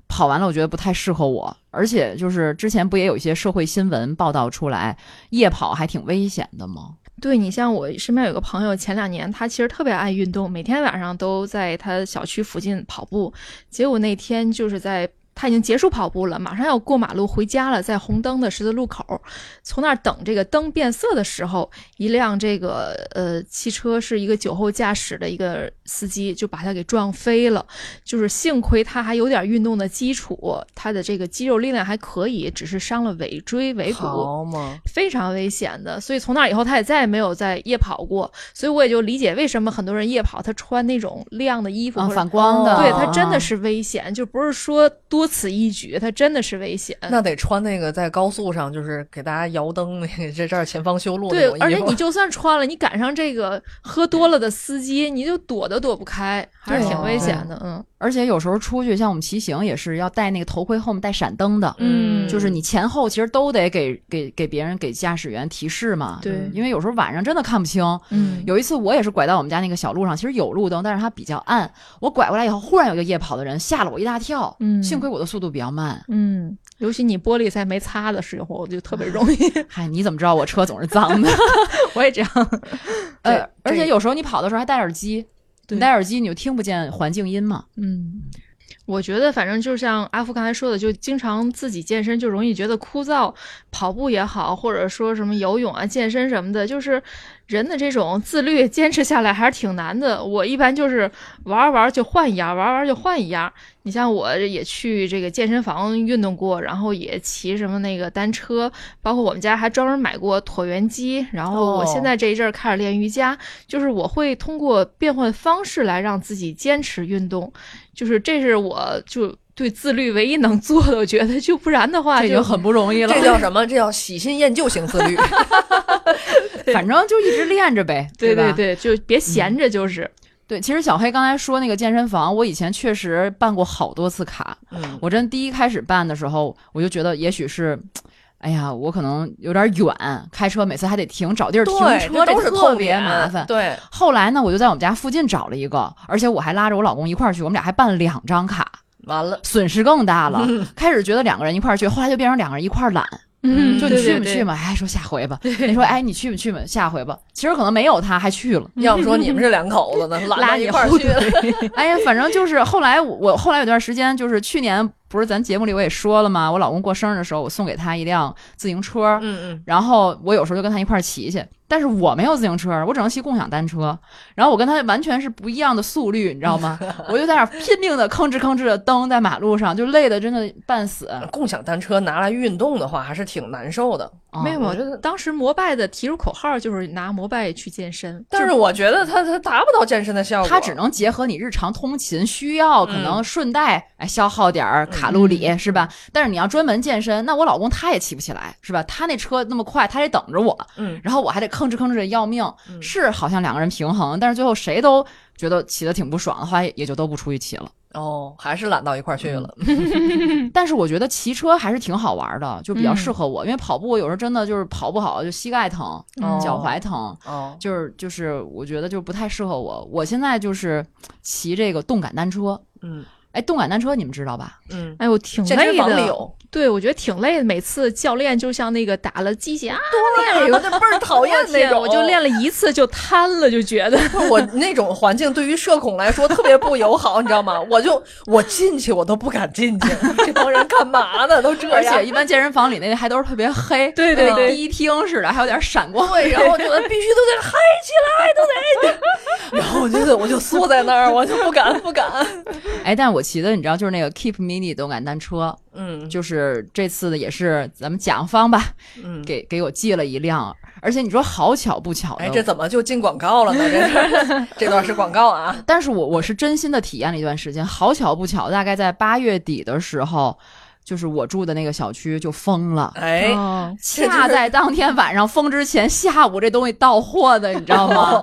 跑完了，我觉得不太适合我，而且就是之前不也有一些社会新闻报道出来，夜跑还挺危险的吗？
对你像我身边有个朋友，前两年他其实特别爱运动，每天晚上都在他小区附近跑步。结果那天就是在他已经结束跑步了，马上要过马路回家了，在红灯的十字路口，从那儿等这个灯变色的时候，一辆这个呃汽车是一个酒后驾驶的一个司机就把他给撞飞了。就是幸亏他还有点运动的基础，他的这个肌肉力量还可以，只是伤了尾椎尾骨。
好嘛，
非常危险的，所以从那以后他也再也没有在夜跑过，所以我也就理解为什么很多人夜跑他穿那种亮的衣服，
啊，
或者
反光的，
哦对他真的
啊
是危险，就不是说多此一举，他真的是危险。
那得穿那个在高速上，就是给大家摇灯那个，这这儿前方修路那
对
种，
而且
衣服
你就算穿了，你赶上这个喝多了的司机，你就躲都躲不开，还是挺危险的。嗯
而且有时候出去，像我们骑行也是要戴那个头盔，后面带闪灯的，
嗯
就是你前后其实都得给给给别人给驾驶员提示嘛。
对
因为有时候晚上真的看不清。
嗯，
有一次我也是拐到我们家那个小路上，其实有路灯，但是它比较暗。我拐过来以后，忽然有一个夜跑的人，吓了我一大跳。
嗯
幸亏我的速度比较慢。
嗯，尤其你玻璃在没擦的时候，就特别容易。
<laughs> 嗨，你怎么知道我车总是脏
<laughs>
的？
我也这样。
呃
对，
而
对
且有时候你跑的时候还戴耳机，
对
你戴耳机你就听不见环境音嘛。
嗯，我觉得反正就像阿福刚才说的，就经常自己健身就容易觉得枯燥，跑步也好，或者说什么游泳啊、健身什么的，就是人的这种自律坚持下来还是挺难的。我一般就是玩儿玩儿就换一样，玩儿玩儿就换一样。你像我也去这个健身房运动过，然后也骑什么那个单车，包括我们家还专门买过椭圆机。然后我现在这一阵儿开始练瑜伽，就是我会通过变换方式来让自己坚持运动。就是这是我就对自律唯一能做的，我觉得就不然的话
这已
就
经很不容易了
这，叫什么？这叫喜新厌旧型自律。
<laughs>
<laughs>
反正就一直练着呗，
对
吧
对？对，就
嗯
别闲着，就是
对，其实小黑刚才说那个健身房，我以前确实办过好多次卡。
嗯，
我真第一开始办的时候，我就觉得也许是，哎呀，我可能有点远，开车每次还得停找地儿停
对，
车，
这都是
这
痛
特别
点
麻烦。
对，
后来呢，我就在我们家附近找了一个，而且我还拉着我老公一块儿去，我们俩还办了两张卡，
完了。
损失更大了。开始觉得两个人一块儿去，后来就变成两个人一块儿懒，
嗯
就
对
你去
对
不
对
去嘛？哎，说下回吧。你说哎，你去不去嘛？下回吧。其实可能没有他，还去了。
要不说你们这两口子呢，
拉
拉
你
一块儿
后
去了。
<laughs> 哎呀，反正就是后来我我后来有段时间，就是去年不是咱节目里我也说了吗？我老公过生日的时候，我送给他一辆自行车，
嗯嗯，
然后我有时候就跟他一块儿骑去，但是我没有自行车，我只能骑共享单车。然后我跟他完全是不一样的速率，你知道吗？我就在那儿拼命的吭哧吭哧的蹬在马路上，就累得真的半死。
嗯共享单车拿来运动的话，还是挺难受的。
啊
没有，
我觉得
当时摩拜的提出口号就是拿摩拜去健身，
但是我觉得它它达不到健身的效果，嗯
它只能结合你日常通勤需要，可能顺带哎消耗点儿卡路里、是吧？但是你要专门健身，那我老公他也骑不起来是吧？他那车那么快，他得等着我，
嗯，
然后我还得吭哧吭哧的要命，
嗯
是好像两个人平衡，但是最后谁都觉得骑得挺不爽的话，也就都不出去骑了。
哦，还是懒到一块儿去了。嗯
但是我觉得骑车还是挺好玩的，就比较
嗯
适合我，因为跑步有时候真的就是跑不好就膝盖疼、
哦
脚踝疼，
哦，
就是就是我觉得就不太适合我。我现在就是骑这个动感单车。
嗯，
哎，动感单车你们知道吧？
嗯，
哎呦，挺
健身
累
房里
的。
有， <laughs>
对，我觉得挺累的。每次教练就像那个打了鸡血啊，
对，我就
<laughs>
倍儿讨厌
我
那
天
种。
我就练了一次就瘫了，就觉得
不是我那种环境对于社恐来说特别不友好，你知道吗？我就我进去我都不敢进去，这帮人干嘛呢？都这
而
样
且。一般健身房里那还都是特别
<laughs>
黑，
对对
跟
对
迪厅似的，还有点闪光。
对，然后我就必须都得嗨起来，都得。 <laughs> 然后我就我就缩在那儿，我就不敢不敢。
哎，但我骑的你知道就是那个 Keep Mini 动感单车，
<laughs> 嗯
就是这次的也是咱们甲方吧，
嗯，
给给我寄了一辆，而且你说好巧不巧的，
哎，这怎么就进广告了呢？这 <laughs> 是这段是广告啊。
但是我我是真心的体验了一段时间，好巧不巧，大概在八月底的时候，就是我住的那个小区就封了。
哎，
哦 <laughs>
这就是
恰在当天晚上封之前，下午这东西到货的，你知道吗？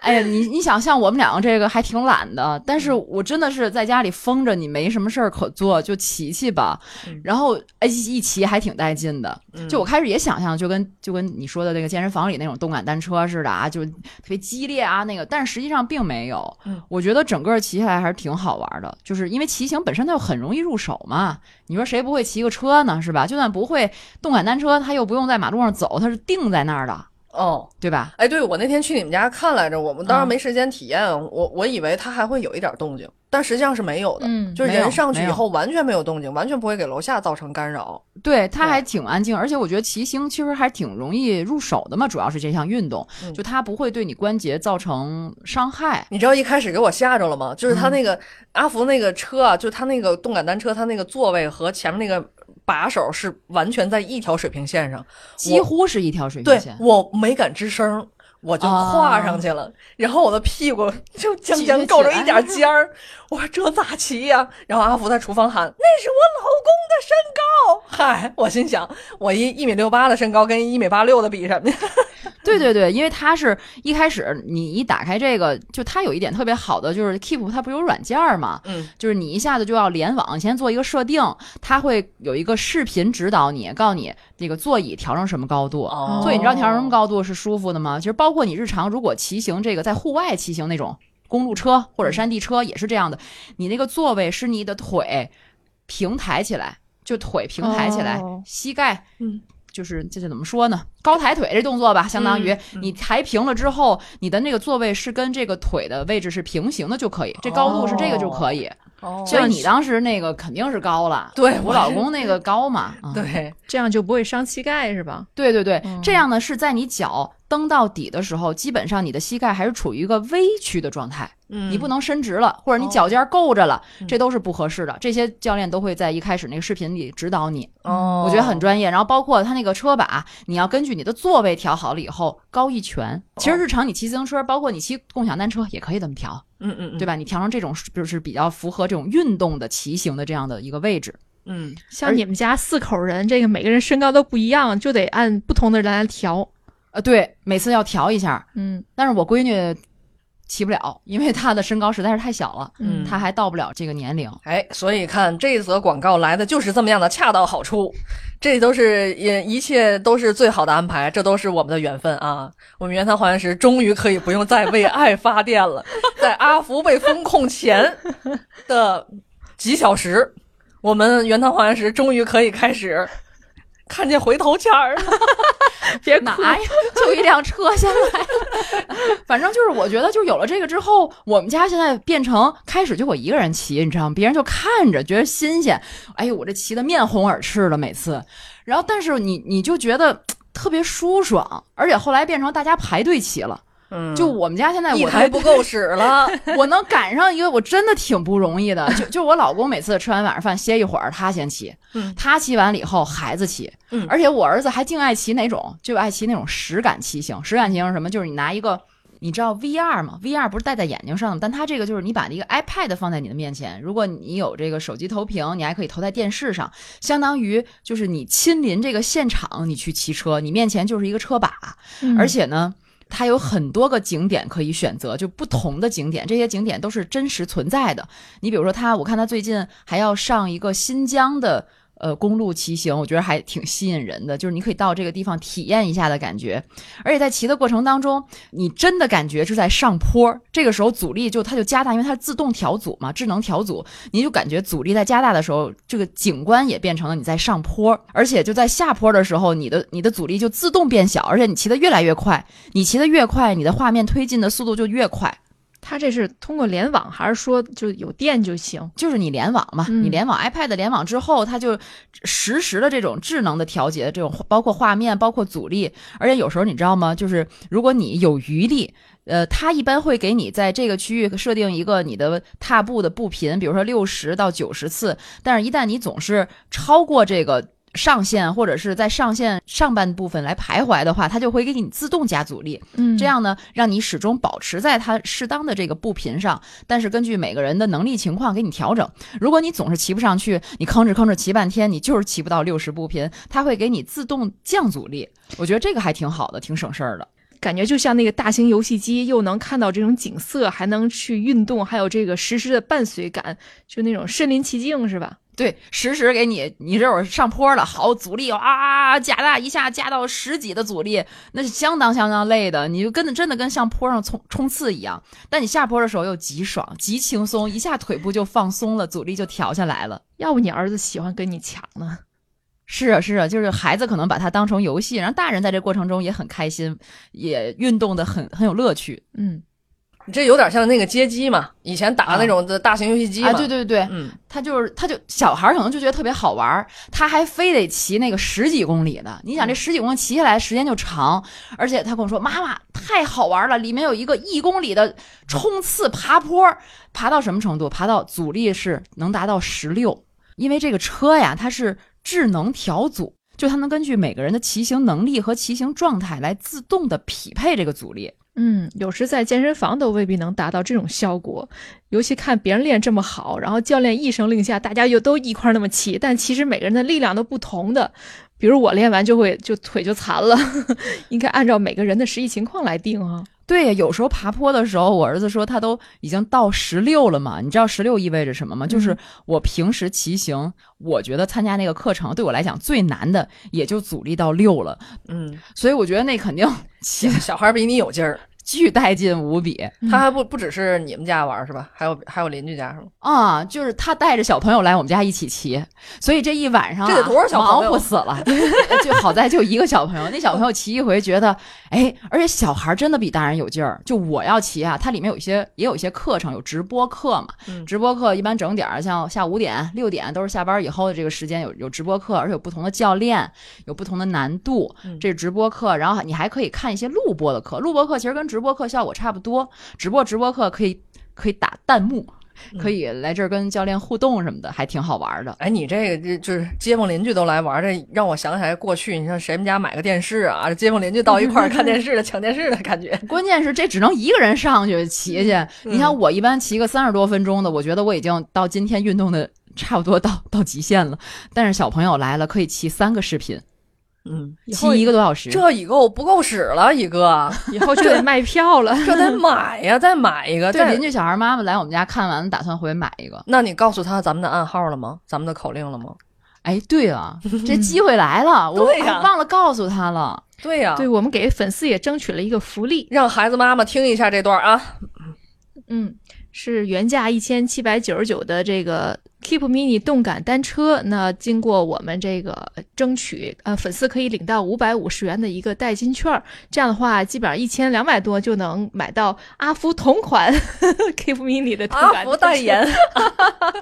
哎呀，你你想，像我们两个这个还挺懒的，但是我真的是在家里封着，你没什么事儿可做，就骑骑吧
嗯。
然后哎，一一骑还挺带劲的。就我开始也想象，就跟就跟你说的那个健身房里那种动感单车似的啊，就特别激烈啊那个，但是实际上并没有。
嗯
我觉得整个骑起来还是挺好玩的，就是因为骑行本身它就很容易入手嘛。你说谁不会骑个车呢？是吧？就算不会动感单车，它又不用在马路上走，它是定在那儿的，
哦，
对吧？
哎，对，我那天去你们家看来着，我们当时
嗯
没时间体验，我我以为它还会有一点动静，但实际上是没有的，
嗯
就是
没有
人上去
没
以
有
后完全没有动静，完全不会给楼下造成干扰。
对，它
对
还挺安静，而且我觉得骑行其实还挺容易入手的嘛，主要是这项运动，
嗯
就它不会对你关节造成伤害。
你知道一开始给我吓着了吗？就是他
嗯
那个、阿福那个车啊，就是他那个动感单车，他那个座位和前面那个把手是完全在一条水平线上，
几乎是一条水平
对
线，
我没敢吱声。我就
哦
跨上去了，然后我的屁股就将将够着一点尖儿，我说这咋骑呀、然后阿福在厨房喊：“那是我老公的身高。”嗨，我心想，我一一米六八的身高跟一米八六的比什么呀？
对对对，因为它是一开始你一打开这个，就它有一点特别好的，就是 Keep 它不是有软件儿嘛，
嗯，
就是你一下子就要联网，先做一个设定，它会有一个视频指导你，告诉你这个座椅调成什么高度。 <laughs>
哦
座椅你知道调成什么高度是舒服的吗？其实包括你日常如果骑行这个在户外骑行那种公路车或者山地车也是这样的，你那个座位是你的腿平抬起来，就腿平抬起来，
哦
膝盖
嗯。
就是这这怎么说呢？高抬腿这动作吧，相当于
嗯
你抬平了之后，你的那个座位是跟这个腿的位置是平行的就可以，这高度是这个就可以。
哦
所以你当时那个肯定是高了，
对
我老公那个高嘛，嗯
<laughs> 对，
这样就不会伤膝盖是吧？
对对对，
嗯
这样呢是在你脚蹬到底的时候，基本上你的膝盖还是处于一个微曲的状态，
嗯哦
你不能伸直了，或者你脚尖够着了，这都是不合适的。这些教练都会在一开始那个视频里指导你，
哦，
我觉得很专业。然后包括他那个车把，你要根据你的座位调好了以后高一拳。其
哦
实日常你骑自行车，包括你骑共享单车也可以这么调，
嗯嗯嗯，
对
吧？
吧？你调成这种就是比较符合这种运动的骑行的这样的一个位置。
嗯，
像你们家四口人，这个每个人身高都不一样，就得按不同的人来调。
呃，对，每次要调一下，
嗯
但是我闺女骑不了，因为她的身高实在是太小了，
嗯
她还到不了这个年
<laughs>
龄。
哎，所以看这则广告来的就是这么样的恰到好处，这都是也一切都是最好的安排，这都是我们的缘分啊！我们原汤化原石终于可以不用再为爱发
<laughs>
电了，在阿福被封控前的几小时，我们原汤化原石终于可以开始看见回头钱儿了。
别哪哎呀，就一辆车先来了。 <laughs> 反正就是我觉得，就有了这个之后，我们家现在变成开始就我一个人骑，你知道吗？别人就看着觉得新鲜，哎呦，我这骑的面红耳赤的每次。然后，但是你你就觉得。特别舒爽，而且后来变成大家排队骑了。
嗯
就我们家现在
一
我
台
还
不够使
<laughs>
了，
我能赶上一个，我真的挺不容易的。就就我老公每次吃完晚上饭歇一会儿，他先骑，
嗯
他骑完了以后孩子骑，
嗯
而且我儿子还净爱骑哪种，就爱骑那种实感骑行。实感骑行是什么？就是你拿一个。你知道 VR 吗？VR 不是戴在眼睛上的，但它这个就是你把一个 iPad 放在你的面前，如果你有这个手机投屏，你还可以投在电视上，相当于就是你亲临这个现场，你去骑车，你面前就是一个车把，
嗯
嗯
而且呢，它有很多个景点可以选择，就不同的景点，这些景点都是真实存在的。你比如说它，我看它最近还要上一个新疆的。呃公路骑行，我觉得还挺吸引人的，就是你可以到这个地方体验一下的感觉。而且在骑的过程当中，你真的感觉是在上坡，这个时候阻力就它就加大，因为它是自动调组嘛，智能调组，你就感觉阻力在加大的时候，这个景观也变成了你在上坡，而且就在下坡的时候，你的你的阻力就自动变小，而且你骑得越来越快，你骑得越快，你的画面推进的速度就越快。
它这是通过联网，还是说就有电就行？
就是你联网嘛，
嗯
你联网 iPad 联网之后，它就实时的这种智能的调节，这种包括画面、包括阻力，而且有时候你知道吗？就是如果你有余力，呃，它一般会给你在这个区域设定一个你的踏步的步频，比如说六十到九十次，但是一旦你总是超过这个。上限或者是在上限上半部分来徘徊的话，它就会给你自动加阻力，
嗯
这样呢，让你始终保持在它适当的这个步频上，但是根据每个人的能力情况给你调整。如果你总是骑不上去，你吭哧吭哧骑半天，你就是骑不到六十步频，它会给你自动降阻力。我觉得这个还挺好的，挺省事儿的。
感觉就像那个大型游戏机，又能看到这种景色，还能去运动，还有这个实时的伴随感，就那种身临其境，是吧？
对，实时给你，你这会儿上坡了，好阻力啊，加大一下，加到十几的阻力，那是相当相当累的，你就跟着真的跟上坡上冲冲刺一样。但你下坡的时候又极爽，极轻松，一下腿部就放松了，阻力就调下来了。
要不你儿子喜欢跟你抢呢？
是啊，是啊，就是孩子可能把它当成游戏，然后大人在这过程中也很开心，也运动的很很有乐趣
嗯，
你这有点像那个街机嘛，以前打那种的大型游戏机嘛。
啊！对对对，
嗯，
他就是他就小孩儿可能就觉得特别好玩儿，他还非得骑那个十几公里的。你想这十几公里骑下来时间就长，而且他跟我说妈妈太好玩了，里面有一个一公里的冲刺爬坡儿，爬到什么程度？爬到阻力是能达到十六，因为这个车呀它是智能调组。就它能根据每个人的骑行能力和骑行状态来自动的匹配这个阻力，
嗯，有时在健身房都未必能达到这种效果，尤其看别人练这么好，然后教练一声令下，大家又都一块儿那么骑，但其实每个人的力量都不同的。比如我练完就会就腿就残了， <laughs> 应该按照每个人的实际情况来定啊。
对呀，有时候爬坡的时候，我儿子说他都已经到十六了嘛。你知道十六意味着什么吗？就是我平时骑行，我觉得参加那个课程对我来讲最难的也就阻力到六了，
嗯，
所以我觉得那肯定 <laughs> 骑得
小孩儿比你有
<laughs>
劲儿，
巨带劲无比
他还不不只是你们家玩儿是吧？还有还有邻居家是吗？
啊！就是他带着小朋友来我们家一起骑，所以这一晚上、啊、
这得多少小朋友
忙活死了。 <laughs> 就好在就一个小朋友，那小朋友骑一回觉得，哎，而且小孩真的比大人有劲儿。就我要骑啊，它里面有一些也有一些课程，有直播课嘛。
嗯
直播课一般整点儿，像下午五点、六点都是下班以后的这个时间有有直播课，而且有不同的教练，有不同的难度
嗯。
这是直播课，然后你还可以看一些录播的课。录播课其实跟直播课效果差不多，只不过直播课可以可以打弹幕，可
嗯
以来这儿跟教练互动什么的，还挺好玩的。
哎，你这个这就是街坊邻居都来玩儿，这让我想起来过去，你像谁们家买个电视啊，这街坊邻居到一块儿看电视
<laughs>
的、抢电视的感觉。
关键是这只能一个人上去
嗯
骑去。你看我一般骑个三十多分钟的，我觉得我已经到今天运动的差不多到到极限了。但是小朋友来了，可以骑三个视频，
嗯，
骑一个多小时。
这已够不够使了，一个
以后就得卖
<laughs>
票了。
这得买呀，再买一个。
<laughs> 对
再
邻居小孩妈妈来我们家看完，打算回买一个。
那你告诉他咱们的暗号了吗？咱们的口令了吗？
哎，对
<laughs>
了，这机会来了，我
对
哎
呀
忘了告诉他了。
对呀、
对我们给粉丝也争取了一个福利，
让孩子妈妈听一下这段啊。
嗯，是原价一千七百九十九的这个 Keep Mini 动感单车，那经过我们这个争取，呃，粉丝可以领到五百五十元的一个代金券儿，这样的话，基本上一千两百多就能买到阿福同款 <laughs> Keep Mini 的动感
阿
单车
福代，言， <laughs>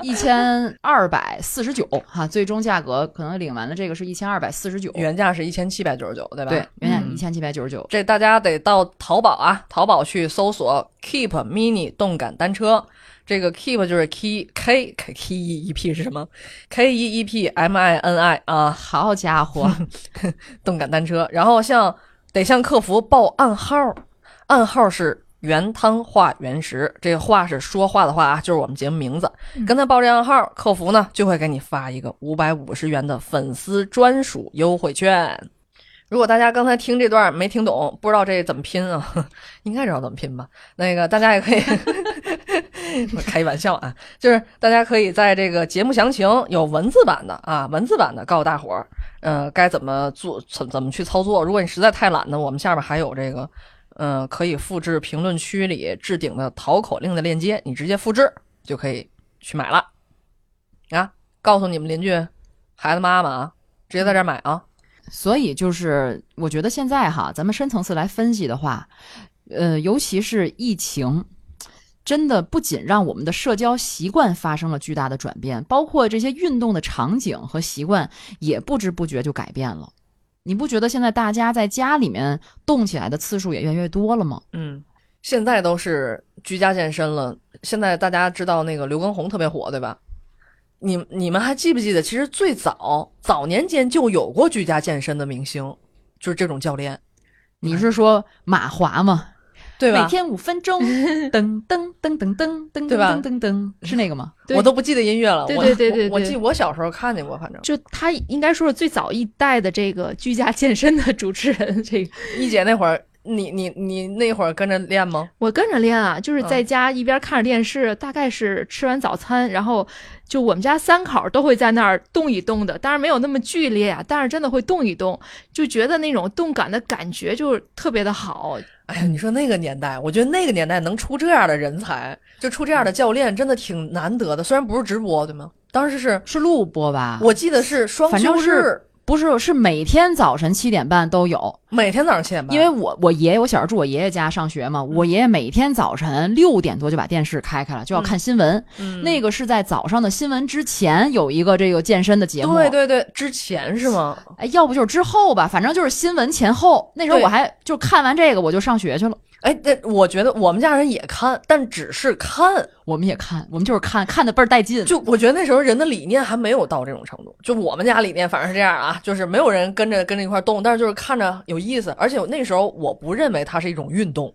一千二百四十九哈，最终价格可能领完了这个是一千二百四十九，
原价是一千七百九十九，对吧？
对，原价
嗯
一千七百九十九。
这大家得到淘宝啊，淘宝去搜索 Keep Mini 动感单车。这个 Keep 就是 K K K K E E P 是什么？K E E P M I N I 啊，
好家伙，
动感单车。然后向得向客服报暗号，暗号是原汤化原食。这个话是说话的话啊，就是我们节目名字。跟他报这暗号，客服呢就会给你发一个五百五十元的粉丝专属优惠券。如果大家刚才听这段没听 <laughs> 懂，不知道这怎么拼啊，应该知道怎么拼吧？那个大家也可以 <laughs> 我开玩笑啊，就是大家可以在这个节目详情有文字版的啊，文字版的告诉大伙儿，呃，该怎么做，怎怎么去操作。如果你实在太懒呢，我们下面还有这个，呃，可以复制评论区里置顶的淘口令的链接，你直接复制就可以去买了。啊，告诉你们邻居孩子妈妈啊，直接在这儿买啊。
所以就是，我觉得现在哈，咱们深层次来分析的话，呃，尤其是疫情，真的不仅让我们的社交习惯发生了巨大的转变，包括这些运动的场景和习惯也不知不觉就改变了。你不觉得现在大家在家里面动起来的次数也越来越多了吗？
嗯，现在都是居家健身了。现在大家知道那个刘畊宏特别火，对吧？你你们还记不记得，其实最早早年间就有过居家健身的明星，就是这种教练，
你是说马华吗？
对
每
吧？
天五分钟，噔噔噔噔噔噔噔
对吧
噔噔噔，是那个吗？
对
我都不记得音乐了。
对
我
对对对
我我
对
记我小时候看见过，反正
就他应该说是最早一代的这个居家健身的主持人，这个
一姐那会儿，你你你那会儿跟着练吗？
我跟着练啊，就是
嗯
在家一边看着电视，大概是吃完早餐，然后就我们家三口儿都会在那儿动一动的，当然没有那么剧烈啊，但是真的会动一动，就觉得那种动感的感觉就是特别的好。
哎呀，你说那个年代，我觉得那个年代能出这样的人才，就出这样的教练，真的挺难得的。虽然不是直播，对吗？当时是
是录播吧？
我记得是双
反
休
正是
日，
不是，是每天早晨七点半都有，
每天早上七点半，
因为我我爷爷，我小时候住我爷爷家上学
嗯
嘛，我爷爷每天早晨六点多就把电视开开了，就要看新闻。
嗯
那个是在早上的新闻之前有一个这个健身的节目，
对对对，之前是吗？
哎，要不就是之后吧，反正就是新闻前后。那时候
对
我还就看完这个我就上学去了。
哎，但我觉得我们家人也看，但只是看，
我们也看，我们就是看看的倍儿带劲。
就我觉得那时候人的理念还没有到这种程度。就我们家理念反正是这样啊，就是没有人跟着跟着一块儿动，但是就是看着有意思。而且那时候我不认为它是一种运动，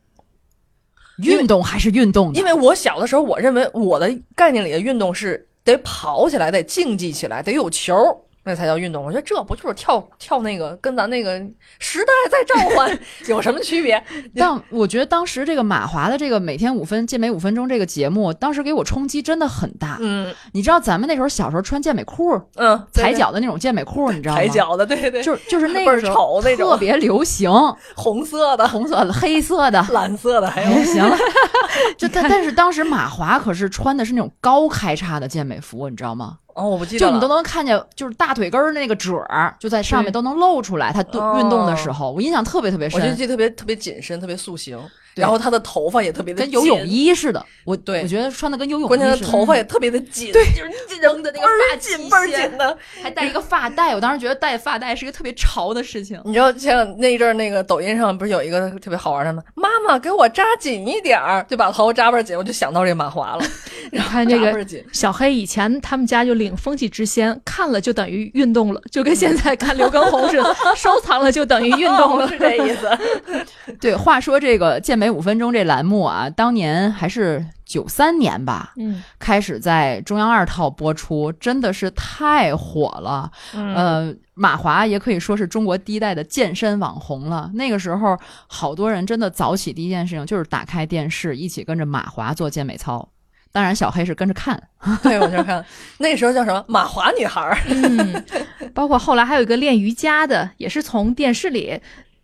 因为
运动还是运动的，
因为我小的时候我认为我的概念里的运动是得跑起来，得竞技起来，得有球儿。那才叫运动，我觉得这不就是跳跳那个跟咱那个时代在
<laughs>
召唤有什么区别？
但我觉得当时这个马华的这个每天五分健美五分钟这个节目，当时给我冲击真的很大。
嗯
你知道咱们那时候小时候穿健美裤，
嗯，对
踩
对
脚的那种健美裤，你知道吗？
抬脚的，对对，
就就是那
<laughs> 倍
个
儿
时候
丑那种
特别流 <laughs> 行，
红
<laughs>
色的、
红色的、黑色的。
蓝色的，还有
哎，行了， <laughs> 就但但是当时马华可是穿的是那种高开叉的健美服，你知道吗？
哦，我不记得
就你
了
都能看见，就是大腿根儿那个褶儿就在上面
对
都能露出来。他对
哦
运动的时候，我印象特别特别
我就
深，
记得特别特别紧身，特别塑形，
对
然后他的头发也特别的
跟游泳，衣似的。我
对
我觉得穿的跟游泳衣
关键他
似的，
头发也特别的紧，对，就是
扔的那个发际
紧倍儿
线
紧的。
还带一个发带。我当时觉得带发带是一个特别潮的事情。
你知道像那一阵儿那个抖音上不是有一个特别好玩的吗？妈妈给我扎紧一点儿，就把头发扎倍儿紧，我就想到这马华 <laughs> 了，
你看这
扎倍
个
儿紧。
小黑以前他们家就领风气之先，看了就等于运动了，就跟现在看刘畊宏似的，收藏了就等于运动
<laughs>
了。
是这意思，
<laughs> 对，话说这个健美五分钟这栏目啊，当年还是九三年吧，
嗯，
开始在中央二套播出，真的是太火了。呃，马华也可以说是中国第一代的健身网红了。那个时候，好多人真的早起第一件事情就是打开电视，一起跟着马华做健美操。当然，小黑是跟着 <laughs> 看。
对，我就看那时候叫什么马华女孩 <laughs> 儿，
嗯，包括后来还有一个练瑜伽的，也是从电视里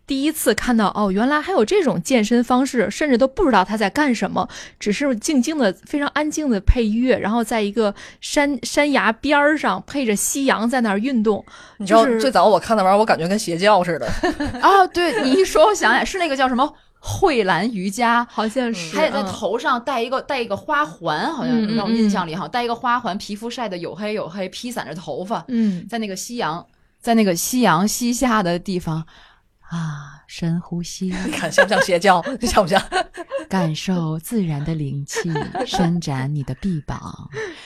第一次看到哦，原来还有这种健身方式，甚至都不知道他在干什么，只是静静的、非常安静的配乐，然后在一个山山崖边儿上配着夕阳在那儿运动。
你知道
就是
最早我看那玩意儿，我感觉跟邪教似的，
啊，对你一说，我想起来是那个叫什么蕙兰瑜伽，
好像是，
还得在
嗯
头上戴一个戴一个花环，好像
嗯嗯
让我印象里好像戴一个花环，皮肤晒得黝黑黝黑，披散着头发，
嗯，
在那个夕阳，在那个夕阳西下的地方啊，深呼吸，
你看像不像邪教？你像不 <laughs> 像？
感受自然的灵
<laughs>
气，伸展你的臂膀，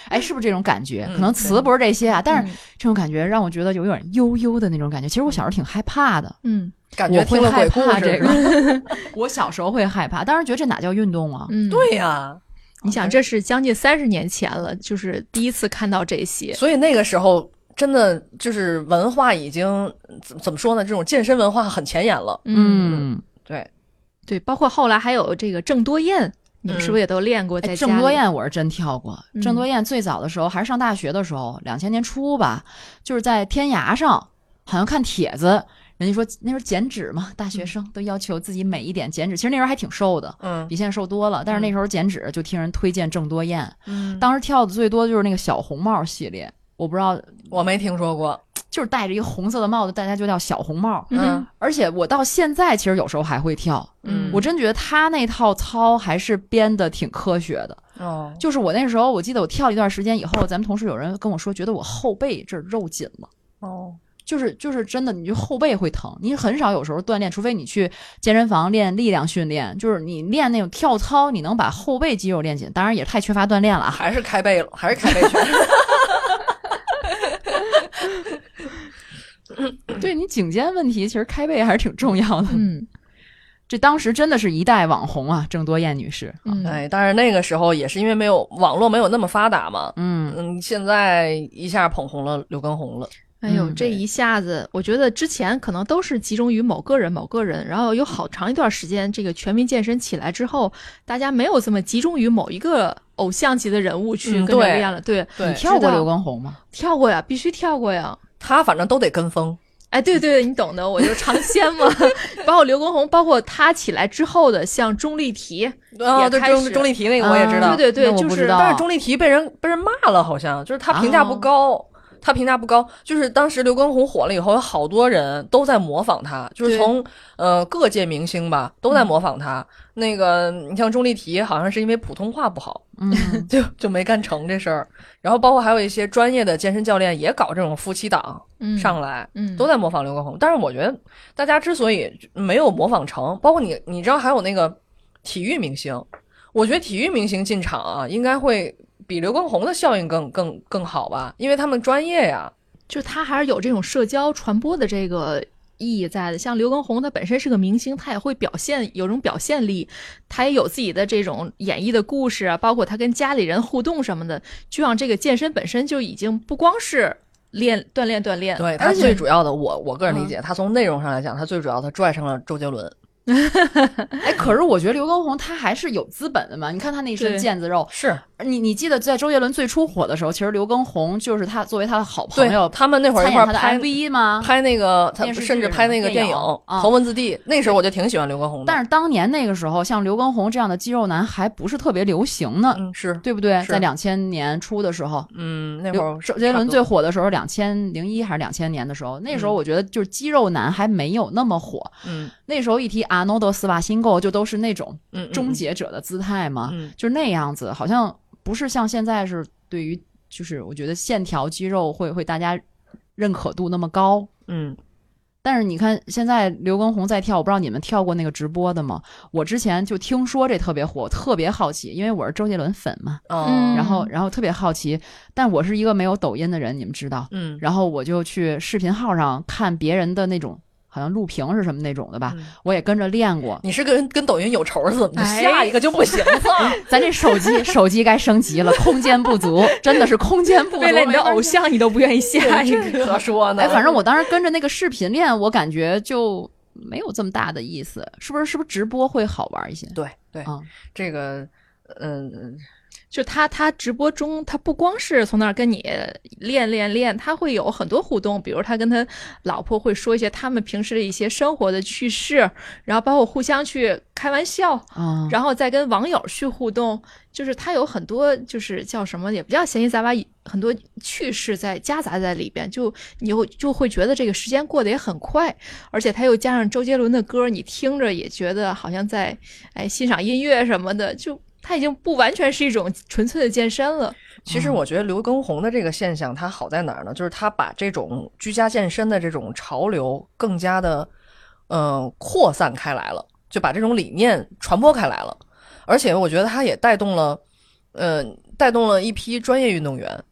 哎，是不是这种感觉？
嗯
可能词不是这些啊，但是
嗯
这种感觉让我觉得有点悠悠的那种感觉。其实我小时候挺害怕的，
嗯
感
我
觉
会
听了
害
鬼故
怕
事。
这个， <laughs> 我小时候会害怕，当时觉得这哪叫运动啊？
嗯，。
对呀、
你想，这是将近三十年前了，就是第一次看到这些。
所以那个时候真的就是文化已经怎怎么说呢？这种健身文化很前沿了。
嗯，
对，
对，包括后来还有这个郑多燕，你们是不是也都练过？在
哎，
家
郑多
里
燕我是真跳过。郑多燕最早的时候还是上大学的时候，两千年初吧，就是在天涯上，好像看帖子，人家说那时候减脂嘛，大学生都要求自己美一点减脂。其实那时候还挺瘦的，
嗯
比现在瘦多了。但是那时候减脂就听人推荐郑多燕，
嗯，
当时跳的最多就是那个小红帽系列。我不知道，
我没听说过，
就是戴着一个红色的帽子，大家就叫小红帽。
嗯
而且我到现在其实有时候还会跳，
嗯
我真觉得他那套操还是编的挺科学的。
哦，
就是我那时候，我记得我跳了一段时间以后，咱们同事有人跟我说，觉得我后背这儿肉紧了。
哦，
就是就是真的，你就后背会疼。你很少有时候锻炼，除非你去健身房练力量训练，就是你练那种跳操，你能把后背肌肉练紧。当然也太缺乏锻炼了啊。
还是开背了，还是开背拳。 <laughs>
对你颈肩问题，其实开背还是挺重要的。
嗯
这当时真的是一代网红啊，郑多燕女士。
嗯，
哎，但是那个时候也是因为没有网络没有那么发达嘛，
嗯，
嗯，现在一下捧红了刘畊宏了，
哎呦，
嗯
这一下子，我觉得之前可能都是集中于某个人、某个人，然后有好长一段时间，这个全民健身起来之后，大家没有这么集中于某一个偶像级的人物去
嗯
跟着
对
练了。对，
对
你跳过
知道
刘畊宏吗？
跳过呀，必须跳过呀。
他反正都得跟风，
哎，对对，你懂的，我就尝鲜
<laughs>
嘛。包括刘畊宏，包括他起来之后的，像钟丽缇，
哦，对
开
钟
始
钟丽缇那个我也知道，
啊
对对对
那我不
就是
知道
但是钟丽缇被人被人骂了，好像就是她评价
哦
不高，她评价不高。就是当时刘畊宏火了以后，有好多人都在模仿她，就是
对嗯
从呃各界明星吧都在模仿她。那个你像钟丽缇，好像是因为普通话不好，
嗯，
就就没干成这事儿。然后包括还有一些专业的健身教练也搞这种夫妻档
嗯，
上来，
嗯，
都在模仿刘畊宏。但是我觉得大家之所以没有模仿成，包括你，你知道还有那个体育明星，我觉得体育明星进场啊，应该会比刘畊宏的效应更更更好吧，因为他们专业呀。
就他还是有这种社交传播的这个意义在的。像刘畊宏，他本身是个明星，他也会表现，有种表现力，他也有自己的这种演绎的故事啊，包括他跟家里人互动什么的，就让这个健身本身就已经不光是练锻炼锻炼，
对他
而且
最主要的，我我个人
嗯
理解，他从内容上来讲，他最主要他拽上了周杰伦，
哎，可是我觉得刘畊宏他还是有资本的嘛。你看他那一身
对
腱子肉，
是
你你记得在周杰伦最初火的时候，其实刘畊宏就是他作为他的好
对
朋友，
他们那会儿
参
一块
演他
儿
的
拍
MV 吗？
拍那个，他
电视剧
甚至拍那个电
电
影
影啊
《头文字 D》，那时候我就挺喜欢刘畊宏的。
但是当年那个时候，像刘畊宏这样的肌肉男还不是特别流行呢，
嗯是
对不对？
是
在两千年初的时候，
嗯那会
刘
儿
周杰伦
差不多
最火的时候，两千零一还是两千年的时候，那时候
嗯
我觉得就是肌肉男还没有那么火。
嗯
那时候一提阿诺德斯瓦辛格，就都是那种
嗯嗯
终结者的姿态嘛，
嗯
就是那样子，好像不是像现在是对于，就是我觉得线条肌肉会会大家认可度那么高。
嗯
但是你看，现在刘畊宏在跳，我不知道你们跳过那个直播的吗？我之前就听说这特别火，我特别好奇，因为我是周杰伦粉嘛，
哦
嗯
然后然后特别好奇，但我是一个没有抖音的人，你们知道，
嗯
然后我就去视频号上看别人的那种，好像录屏是什么那种的吧，
嗯
我也跟着练过。
你是跟跟抖音有仇是怎么的？
哎
下一个就不行了。
咱这手机
<laughs>
手机该升级了，空间不足，真的是空间不足。
为了你的偶
像。
像，你都不愿意下一个。
可说呢，
哎，反正我当时跟着那个视频练，我感觉就没有这么大的意思，是不是？是不是直播会好玩一些？
对对、
啊
这个，嗯，
就他他直播中，他不光是从那儿跟你练练练，他会有很多互动，比如他跟他老婆会说一些他们平时的一些生活的趣事，然后包括互相去开玩笑，
嗯
啊，
然后再跟网友去互动，就是他有很多就是叫什么也不叫闲言杂八，很多趣事在夹杂在里边，就你会就会觉得这个时间过得也很快，而且他又加上周杰伦的歌，你听着也觉得好像在哎欣赏音乐什么的，就他已经不完全是一种纯粹的健身了。
其实我觉得刘畊宏的这个现象，它好在哪儿呢？就是他把这种居家健身的这种潮流更加的，呃，扩散开来了，就把这种理念传播开来了。而且我觉得他也带动了，呃，带动了一批专业运动员。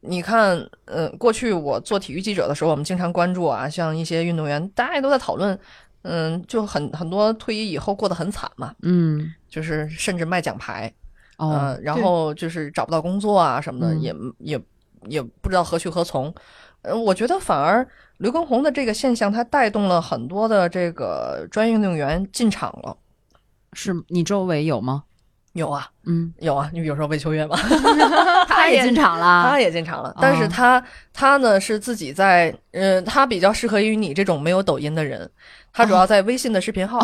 你看，呃，过去我做体育记者的时候，我们经常关注啊，像一些运动员，大家也都在讨论，嗯、就很很多退役以后过得很惨嘛，
嗯，
就是甚至卖奖牌，
哦，
呃，然后就是找不到工作啊什么的，
嗯
也也也不知道何去何从。呃，我觉得反而刘畊宏的这个现象，它带动了很多的这个专业运动员进场了。
是你周围有吗？
有啊， <laughs>
嗯，
有啊，你比如说魏秋月嘛，
他也进场了
他，也进
啊
场了，但是他他呢是自己在，呃，他比较适合于你这种没有抖音的人，他
哦
主要在微信的视频号，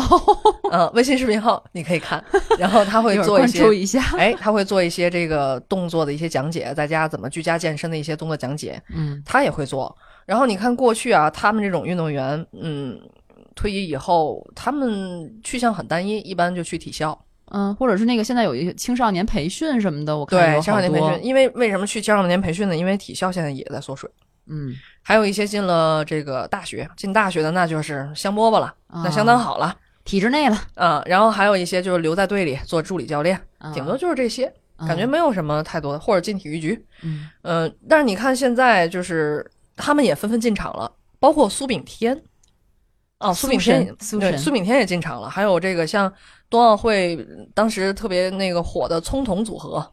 嗯，微信视频号你可以看，然后他
<laughs>
会
一会儿
做一
关
些
注一下， <laughs>
哎，他会做一些这个动作的一些讲解，在家怎么居家健身的一些动作讲解，
嗯
他也会做。然后你看过去啊，他们这种运动员，嗯，退役以后，他们去向很单一，一般就去体校，
嗯，或者是那个现在有一些青少年培训什么的，我看有
对，
好
青少年培
多
训。，因为为什么去青少年培训呢？因为体校现在也在缩水，
嗯，
还有一些进了这个大学，进大学的那就是香饽饽了，那相当
啊
好了
体制内了，
啊。然后还有一些就是留在队里做助理教练，
啊
顶多就是这些，感觉
嗯
没有什么太多的，或者进体育局。
嗯
嗯，但是你看现在就是他们也纷纷进场了，包括苏炳添，哦，苏
苏
炳添
神，苏
对，
神
苏炳添也进场了，还有这个像冬奥会当时特别那个火的葱桶组合，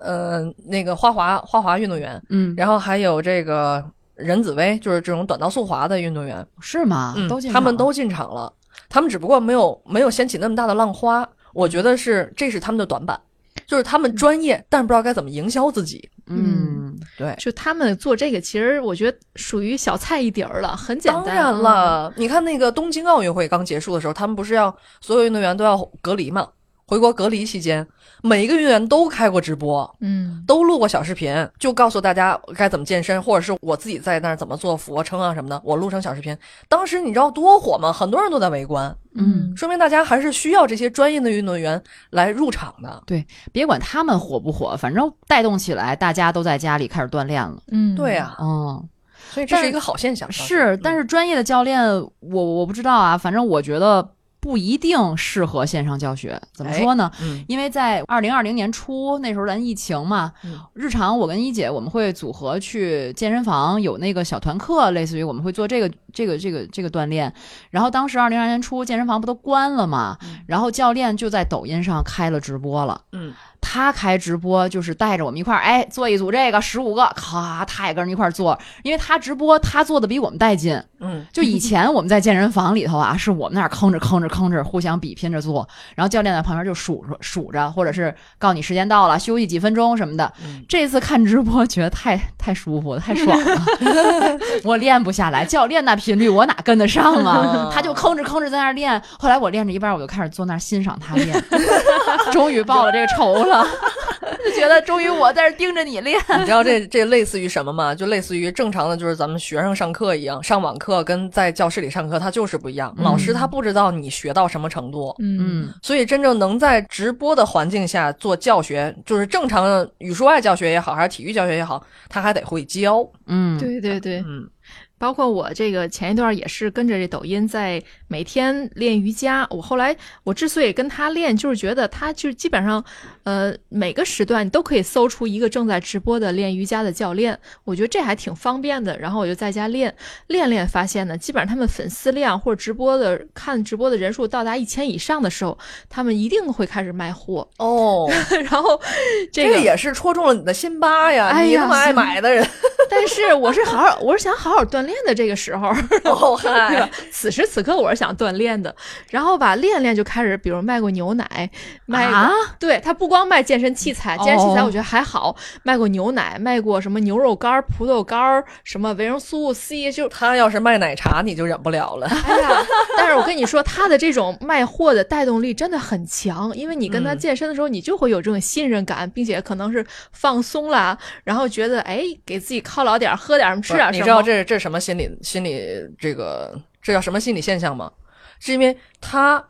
呃，那个花滑花滑运动员，
嗯，
然后还有这个任子威，就是这种短道速滑的运动员，
是吗？
嗯
啊都进
他们
场了
都进场了，他们只不过没有没有掀起那么大的浪花，我觉得是这是他们的短板。就是他们专业，但是不知道该怎么营销自己。
嗯
对，
就他们做这个，其实我觉得属于小菜一碟儿了，很简单。
当然了，你看那个东京奥运会刚结束的时候，他们不是要所有运动员都要隔离嘛？回国隔离期间，每一个运动员都开过直播，
嗯，
都录过小视频，就告诉大家该怎么健身，或者是我自己在那儿怎么做俯卧撑啊什么的，我录成小视频。当时你知道多火吗？很多人都在围观，
嗯，
说明大家还是需要这些专业的运动员来入场的。
别管他们火不火，反正带动起来，大家都在家里开始锻炼了。
嗯，
对啊，
嗯，
所以这是一个好现象。
是，但
是
是专业的教练，我我不知道啊，反正我觉得不一定适合线上教学。怎么
哎
说呢？
嗯
因为在二零二零年初那时候咱疫情嘛，
嗯
日常我跟一姐我们会组合去健身房，有那个小团课，类似于我们会做这个这个这个这个锻炼。然后当时二零二年初健身房不都关了嘛，然后教练就在抖音上开了直播了。
嗯，
他开直播就是带着我们一块儿，哎，做一组这个十五个，咔，他也跟着一块儿做，因为他直播他做的比我们带劲。
嗯
就以前我们在健身房里头啊，是 <laughs> 我们那儿吭哧吭哧吭哧互相比拼着做，然后教练在旁边就数着数着，或者是告诉你时间到了，休息几分钟什么的。
嗯
这次看直播觉得太 <laughs> 太舒服了，太爽了，我练不下来，教练那频率我哪跟得上啊
啊？
他就吭哧吭哧在那儿练，后来我练着一半，我就开始坐那儿欣赏他练， <laughs> 终于报了这个仇了， <laughs> 就觉得终于我在这儿盯着你练。
<laughs> 你知道这这类似于什么吗？就类似于正常的，就是咱们学生上课一样，上网课跟在教室里上课它就是不一样。
嗯
老师他不知道你学到什么程度，
嗯，
嗯
所以真正能在直播的环境下做教学，就是正常的语数外教学也好，还是体育教学也好，他还得会教。
嗯，
对对对，
嗯
包括我这个前一段也是跟着这抖音在每天练瑜伽。我后来我之所以跟他练，就是觉得他就基本上，呃，每个时段你都可以搜出一个正在直播的练瑜伽的教练，我觉得这还挺方便的。然后我就在家练练练，发现呢，基本上他们粉丝量或者直播的看直播的人数到达一千以上的时候，他们一定会开始卖货。 <laughs>
哦，
然后这
这
个
个也是戳中了你的心巴呀！
哎呀
你那么爱买的人，
但是我是好好，我是想好好锻炼的。这个时候，
<laughs> 哦
对吧
嗨，？
此时此刻我是想锻炼的，然后吧，练练就开始，比如卖过牛奶，卖过、
啊，
对他不光卖健身器材，健身器材
哦
我觉得还好，卖过牛奶，卖过什么牛肉干儿、葡萄干儿，什么维生素 C，就
他要是卖奶茶，你就忍不了了。<laughs>
哎呀，但是我跟你说，他的这种卖货的带动力真的很强，因为你跟他
嗯
健身的时候，你就会有这种信任感，并且可能是放松啦，然后觉得哎，给自己犒劳点儿，喝点儿什么，吃点儿
不是
什么，
你知道这这是什么心理心理这个这叫什么心理现象吗？是因为他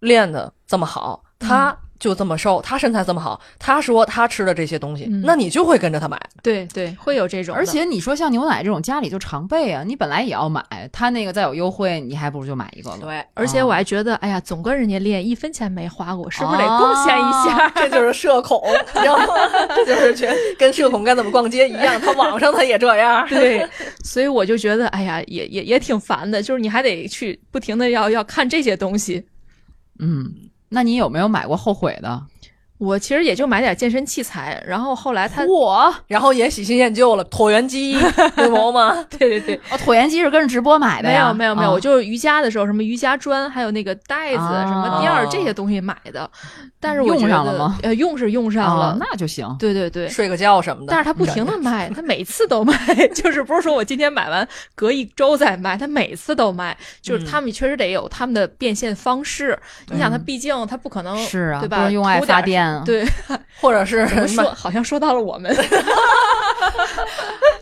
练的这么好，
嗯
他就这么瘦，他身材这么好，他说他吃的这些东西，
嗯
那你就会跟着他买。
对对，会有这种的，
而且你说像牛奶这种家里就常备啊，你本来也要买，他那个再有优惠，你还不如就买一个了。
对，
而且我
啊
还觉得，哎呀，总跟人家练，一分钱没花过，是不是得贡献一下？
<laughs>
啊
<laughs>
这就是社恐，你知道吗？这就是觉得跟社恐该怎么逛街一样，他网上他也这样。
对， <laughs> 所以我就觉得，哎呀，也也也挺烦的，就是你还得去不停的要要看这些东西。
嗯，那你有没有买过后悔的？
我其实也就买点健身器材，然后后来
哦
他
我
<laughs> 然后也喜新厌旧了，椭圆机，对毛吗？
<laughs>
<laughs>
对
<laughs>
对对，
哦，椭圆机是跟着直播买的
没
呀？
有没有没有，
啊
我就是瑜伽的时候，什么瑜伽砖，还有那个袋子、
啊
什么垫儿这些东西买的，但是我
用
觉
上了
得
吗？
呃，用是用上了，
啊，那就行。
对对对。
睡个觉什么的。
但是他不停的卖，他每次都卖， <laughs> 就是不是说我今天买完隔一周再卖，他每次都卖，就是
嗯
他们确实得有他们的变现方式。你想，他毕竟他不可能
是啊，
对
不
吧？
能用爱
图点
发
儿，
电啊。
对，
或者是
怎么
买
说好像说到了我们，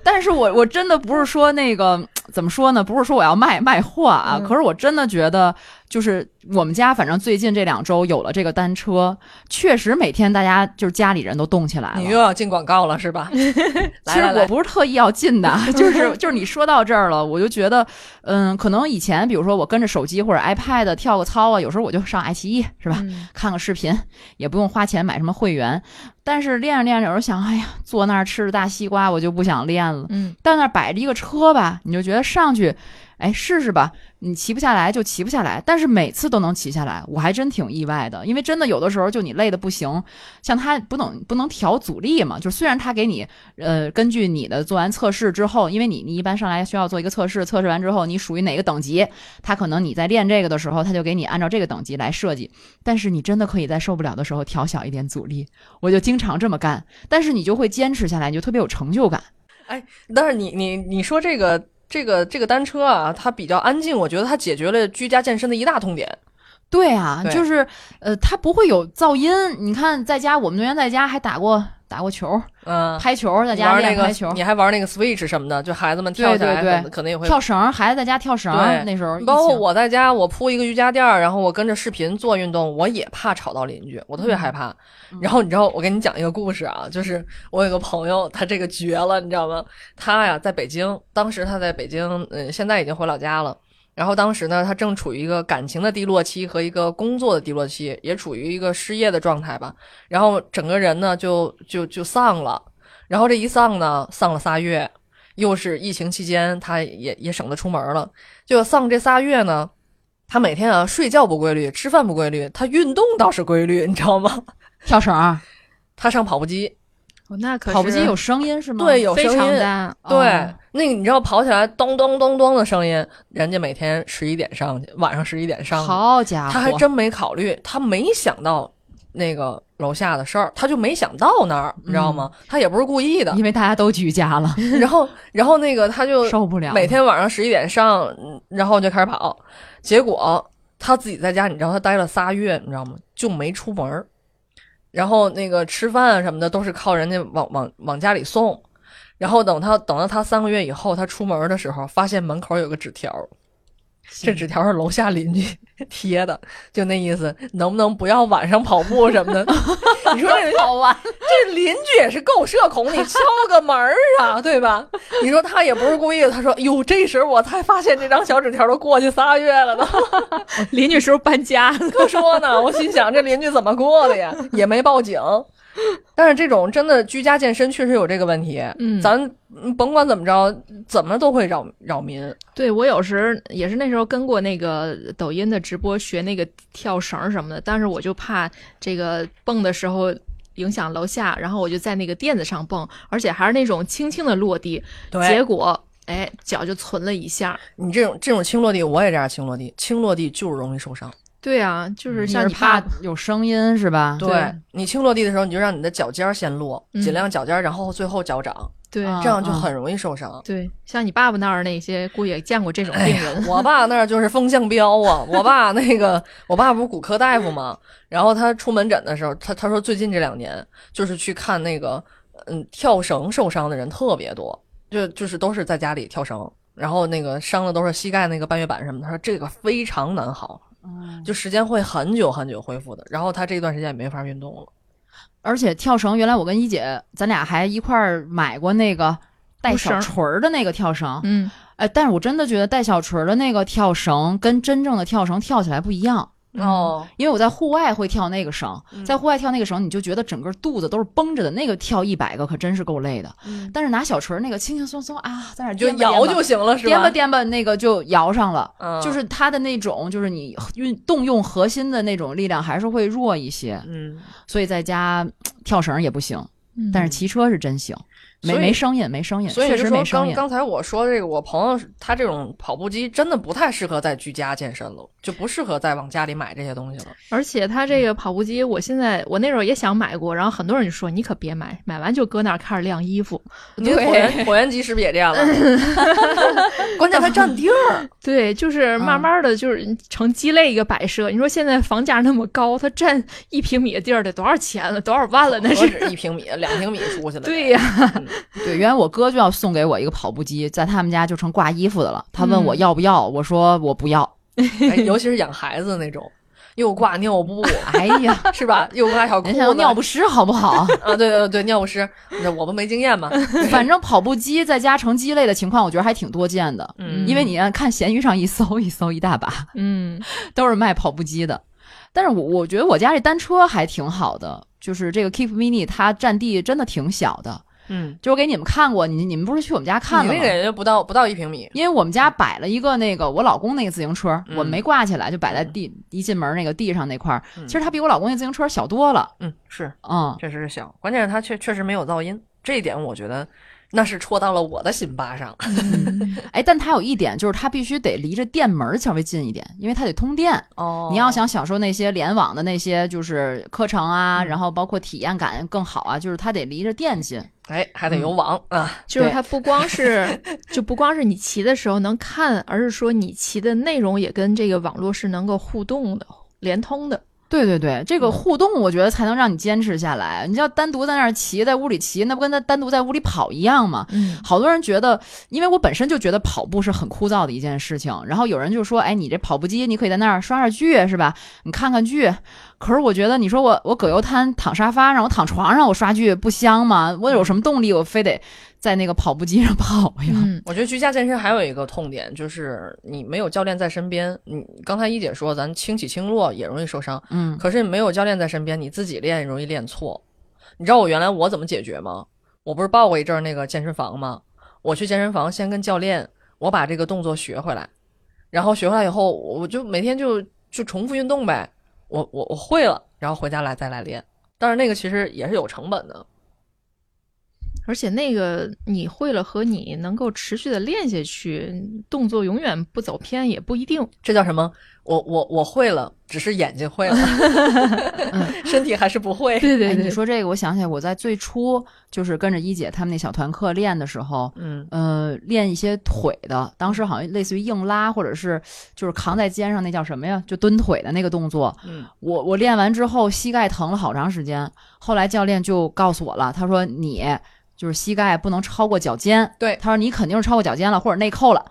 但是我我真的不是说那个怎么说呢？不是说我要卖卖货啊，
嗯
可是我真的觉得，就是我们家反正最近这两周有了这个单车，确实每天大家就是家里人都动起来
你
了
又。要进广告了是
<laughs>
吧？
其
来
实
来
我
来，
不是特意要进
<laughs>
的，就是就是你说到这儿了，我就觉得，嗯，可能以前比如说我跟着手机或者 iPad 跳个操啊，有时候我就上爱奇艺是吧，
嗯
嗯
看个视频，也不用花钱买什么会员。但是练着练着，有时候想，哎呀，坐那儿吃着大西瓜，我就不想练了。
嗯，
到那儿摆着一个车吧，你就觉得上去，哎，试试吧。你骑不下来就骑不下来，但是每次都能骑下来，我还真挺意外的。因为真的有的时候就你累的不行，像他不能不能调阻力嘛，就虽然他给你呃根据你的做完测试之后，因为你你一般上来需要做一个测试，测试完之后你属于哪个等级，他可能你在练这个的时候，他就给你按照这个等级来设计。但是你真的可以在受不了的时候调小一点阻力，我就经常这么干，但是你就会坚持下来，你就特别有成就感。
但是你你你说这个这个这个单车啊，它比较安静，我觉得它解决了居家健身的一大痛点。
对啊，
对
就是呃，它不会有噪音。你看，在家我们原来在家还打过打过球，
嗯，
拍球，在家
玩那
练
个
拍球，
你还玩那个 Switch 什么的，就孩子们跳起来
对对对
可能可能也会
跳绳儿，孩子在家跳绳儿。
对
那时候疫情
包括我在家，我铺一个瑜伽垫儿，然后我跟着视频做运动，我也怕吵到邻居，我特别
嗯
害怕。然后你知道，我给你讲一个故事啊，就是我有个朋友，他这个绝了，你知道吗？他呀在北京，当时他在北京，嗯，现在已经回老家了。然后当时呢，他正处于一个感情的低落期和一个工作的低落期，也处于一个失业的状态吧。然后整个人呢就就就丧了，然后这一丧呢，丧了仨月，又是疫情期间，他也也省得出门了。就丧这仨月呢，他每天啊睡觉不规律，吃饭不规律，他运动倒是规律，你知道吗？ <laughs>
跳绳儿，
他上跑步机，
哦那可是
跑步
<laughs>
机有声音是吗？
对，有
非
声
常
音，
大，
哦
对，那个你知道跑起来咚咚咚咚的声音，人家每天十一点上去，晚上十一点上去，
好家伙，
他还真没考虑，他没想到那个楼下的事儿，他就没想到那儿，你知道
嗯
吗？他也不是故意的，
因为大家都居家
<laughs>
了，
然后然后那个他就
受不了。
每天晚上十一点上，嗯然后就开始跑。结果他自己在家，你知道他待了仨月，你知道吗？就没出门儿然后那个吃饭啊什么的都是靠人家往往往家里送。然后等他等到他三个月以后，他出门的时候，发现门口有个纸条，这纸条是楼下邻居贴的，就那意思，能不能不要晚上跑步什么的？ <laughs> 你说这
好玩，
这 <laughs> 邻居也是够社恐，你敲个门儿 <laughs> 啊，对吧？你说他也不是故意的，他说：“哟，这时候我才发现这张小纸条都过去仨月了呢。 <laughs>
邻居时候搬家了”，
可说呢，我心想这邻居怎么过的呀？也没报警。但是这种真的居家健身确实有这个问题，
嗯
咱嗯甭管怎么着，怎么都会扰扰民。
对我有时也是那时候跟过那个抖音的直播学那个跳绳儿什么的，但是我就怕这个蹦的时候影响楼下，然后我就在那个垫子上蹦，而且还是那种轻轻的落地，结
结
果哎脚就存了一下。
你这种这种轻落地，我也这样轻落地，轻落地就是容易受伤。
对啊，就是
像
像
你
你爸
怕有声音是吧？
对你轻落地的时候，你就让你的脚尖儿先落，
嗯
尽量脚尖儿，然后最后脚掌，
对
啊
这样就很容易受伤。
对，像你爸爸那儿那些，估计也见过这种病人。
<laughs> 我爸那儿就是风向标啊！我爸那个，我爸不是骨科大夫嘛，然后他出门诊的时候，他他说最近这两年就是去看那个，嗯，跳绳受伤的人特别多，就就是都是在家里跳绳，然后那个伤的都是膝盖那个半月板什么的。他说这个非常难好，
嗯
就时间会很久很久恢复的。然后他这段时间也没法运动
哦
了。
而且跳绳，原来我跟一姐，咱俩还一块儿买过那个带小锤儿的那个跳绳。
嗯，
呃哎，但是我真的觉得带小锤儿的那个跳绳跟真正的跳绳跳起来不一样。
哦，
因为我在户外会跳那个绳，
嗯
在户外跳那个绳，你就觉得整个肚子都是绷着的，那个跳一百个可真是够累的。
嗯
但是拿小锤儿那个轻轻松松啊，在那儿
你就
颠吧
摇
颠
就
吧
行了，是
颠吧
吧？
颠吧，那个就摇上了。
嗯
就是它的那种，就是你运动用核心的那种力量还是会弱一些，
嗯，
所以在家嘖跳绳也不行，
<laughs> 嗯
但是骑车是真行，没
所以
没声音，没声音，
所以
确
就
实
说
没声
刚
音。
刚才我说这个，我朋友他这种跑步机真的不太适合在居家健身了，就不适合再往家里买这些东西了。
而且它这个跑步机，我现在我那时候也想买过，然后很多人就说你可别买，买完就搁那儿开始晾衣服。
你的椭圆椭圆机是不是也这样了？关键它占地儿，
对，就是慢慢的就是成鸡肋一个摆设。你说现在房价那么高，它占一平米的地儿得多少钱了？多少万了？那
何
是。
止一平米，两平米出去了。
对呀、
嗯，
对，原来我哥就要送给我一个跑步机，在他们家就成挂衣服的了。他问我
嗯
要不要，我说我不要。
哎尤其是养孩子那种，又挂尿布
哎 <laughs> 呀，
是吧？又挂小裤
人家
子，
尿不湿好不好？
啊，对对对，尿不湿，那我们没经验嘛。
反正跑步机在家成鸡肋的情况，我觉得还挺多见的。
嗯，
因为你按看闲鱼上一搜一搜一大把，
嗯，
都是卖跑步机的。但是我我觉得我家这单车还挺好的，就是这个 Keep Mini 它占地真的挺小的。
嗯，
就我给你们看过，你你们不是去我们家看
你
了
那
吗
个？也就不到不到一平米。
因为我们家摆了一个那个我老公那个自行车，
嗯
我没挂起来，就摆在地、一进门那个地上那块儿。
嗯
其实它比我老公那自行车小多了。
嗯，是， <laughs>
嗯，
确实是小，关键是它确确实没有噪音，这一点我觉得那是戳到了我的心巴上。
哎，但它有一点就是它必须得离着店门儿稍微近一点，因为它得通电。
哦
你要想享受那些联网的那些就是课程啊，
嗯
然后包括体验感更好啊，就是它得离着店近。
哎，还得有网啊，
就是
对
它不光 <laughs> 是就不光是你骑的时候能看，而是说你骑的内容也跟这个网络是能够互动的、联通的。
对对对，这
嗯
个互动我觉得才能让你坚持下来。你要单独在那儿骑，在屋里骑，那不跟在单独在屋里跑一样吗？
嗯，
好多人觉得，因为我本身就觉得跑步是很枯燥的一件事情，然后有人就说，哎，你这跑步机你可以在那儿刷刷剧是吧？你看看剧。可是我觉得，你说我我葛优瘫躺沙发上，我躺床上我刷剧不香吗？ <laughs> 我有什么动力？我非得在那个跑步机上跑呀？
嗯，
我觉得居家健身还有一个痛点就是你没有教练在身边。你刚才一姐说咱轻起轻落也容易受伤，
嗯，
可是没有教练在身边，你自己练也容易练错。你知道我原来我怎么解决吗？我不是报过一阵儿那个健身房吗？我去健身房先跟教练，我把这个动作学回来，然后学回来以后，我就每天就就重复运动呗。我我我会了，然后回家来再来练。但是那个其实也是有成本的，
而且那个你会了和你能够持续的练下去，动作永远不走偏也不一定。
这叫什么？我我我会了，只是眼睛会了，身体还是不会。
<laughs> 对
哎，你说这个，我想起来，我在最初就是跟着一姐他们那小团课练的时候，
嗯
呃，练一些腿的，当时好像类似于硬拉，或者是就是扛在肩上那叫什么呀？就蹲腿的那个动作。
嗯，
我我练完之后膝盖疼了好长时间，后来教练就告诉我了，他说你就是膝盖不能超过脚尖，
对
他说你肯定是超过脚尖了或者内扣了。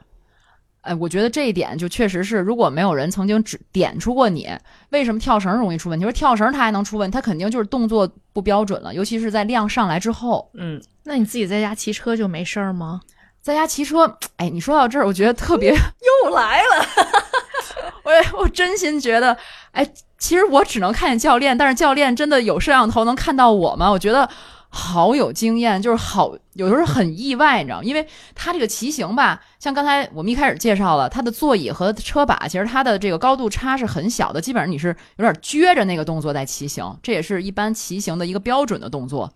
哎，我觉得这一点就确实是，如果没有人曾经指点出过你，为什么跳绳容易出问题？说跳绳它还能出问题，它肯定就是动作不标准了，尤其是在量上来之后。
嗯，
那你自己在家骑车就没事儿吗？
在家骑车，哎，你说到这儿，我觉得特别，
<laughs> 又来了。
<laughs> 我我真心觉得，哎，其实我只能看见教练，但是教练真的有摄像头能看到我吗？我觉得好有经验，就是好，有时候很意外，你知道吗？因为他这个骑行吧，像刚才我们一开始介绍了，他的座椅和车把，其实它的这个高度差是很小的，基本上你是有点撅着那个动作在骑行，这也是一般骑行的一个标准的动作。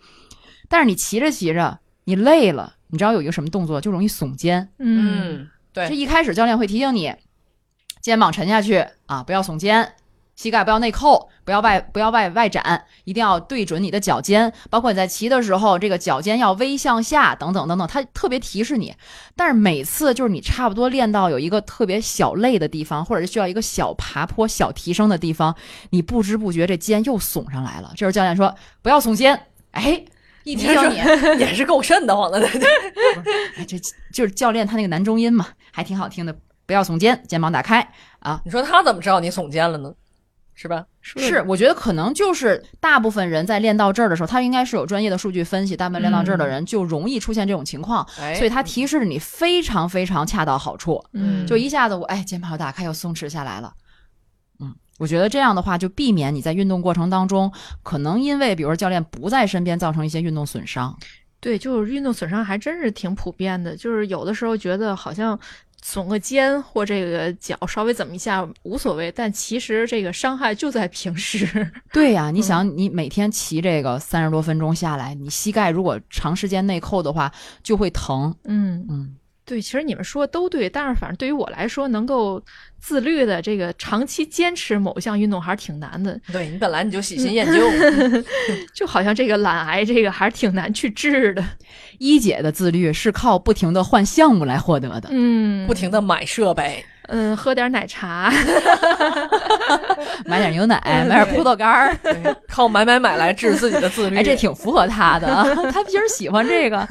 但是你骑着骑着，你累了，你知道有一个什么动作，就容易耸肩。
嗯，对
这一开始教练会提醒你，肩膀沉下去啊，不要耸肩，膝盖不要内扣，不要外不要外外展，一定要对准你的脚尖，包括你在骑的时候，这个脚尖要微向下，等等等等，他特别提示你。但是每次就是你差不多练到有一个特别小累的地方，或者是需要一个小爬坡、小提升的地方，你不知不觉这肩又耸上来了。这时候教练说不要耸肩，哎。一提醒你，
也是够瘆得慌的。
哎，这就是教练他那个男中音嘛，还挺好听的。不要耸肩，肩膀打开，
你说他怎么知道你耸肩了呢？是吧？
是，
嗯
我觉得可能就是大部分人在练到这儿的时候，他应该是有专业的数据分析，大部分练到这儿的人就容易出现这种情况，
哎，
所以他提示你非常非常恰到好处，
嗯，
就一下子我哎肩膀又打开又松弛下来了，嗯，我觉得这样的话，就避免你在运动过程当中，可能因为比如说教练不在身边，造成一些运动损伤。
对，就是运动损伤还真是挺普遍的，就是有的时候觉得好像耸个肩或这个脚稍微怎么一下无所谓，但其实这个伤害就在平时。 <laughs>
对呀、
嗯
你想，你每天骑这个三十多分钟下来，你膝盖如果长时间内扣的话，就会疼。
嗯，
嗯，
对，其实你们说都对，但是反正对于我来说，能够自律的这个长期坚持某一项运动还是挺难的，
对你本来你就喜新厌旧， <laughs>
就好像这个懒癌这个还是挺难去治的。
一姐的自律是靠不停的换项目来获得
<laughs>
的。
嗯，
不停的买设备，
嗯，喝点奶茶，
买点牛奶，买点葡萄干儿，
<laughs> 对靠买买买来治自己的自律。
哎，这挺符合他的啊， <laughs> 他平时喜欢这
<laughs>
个。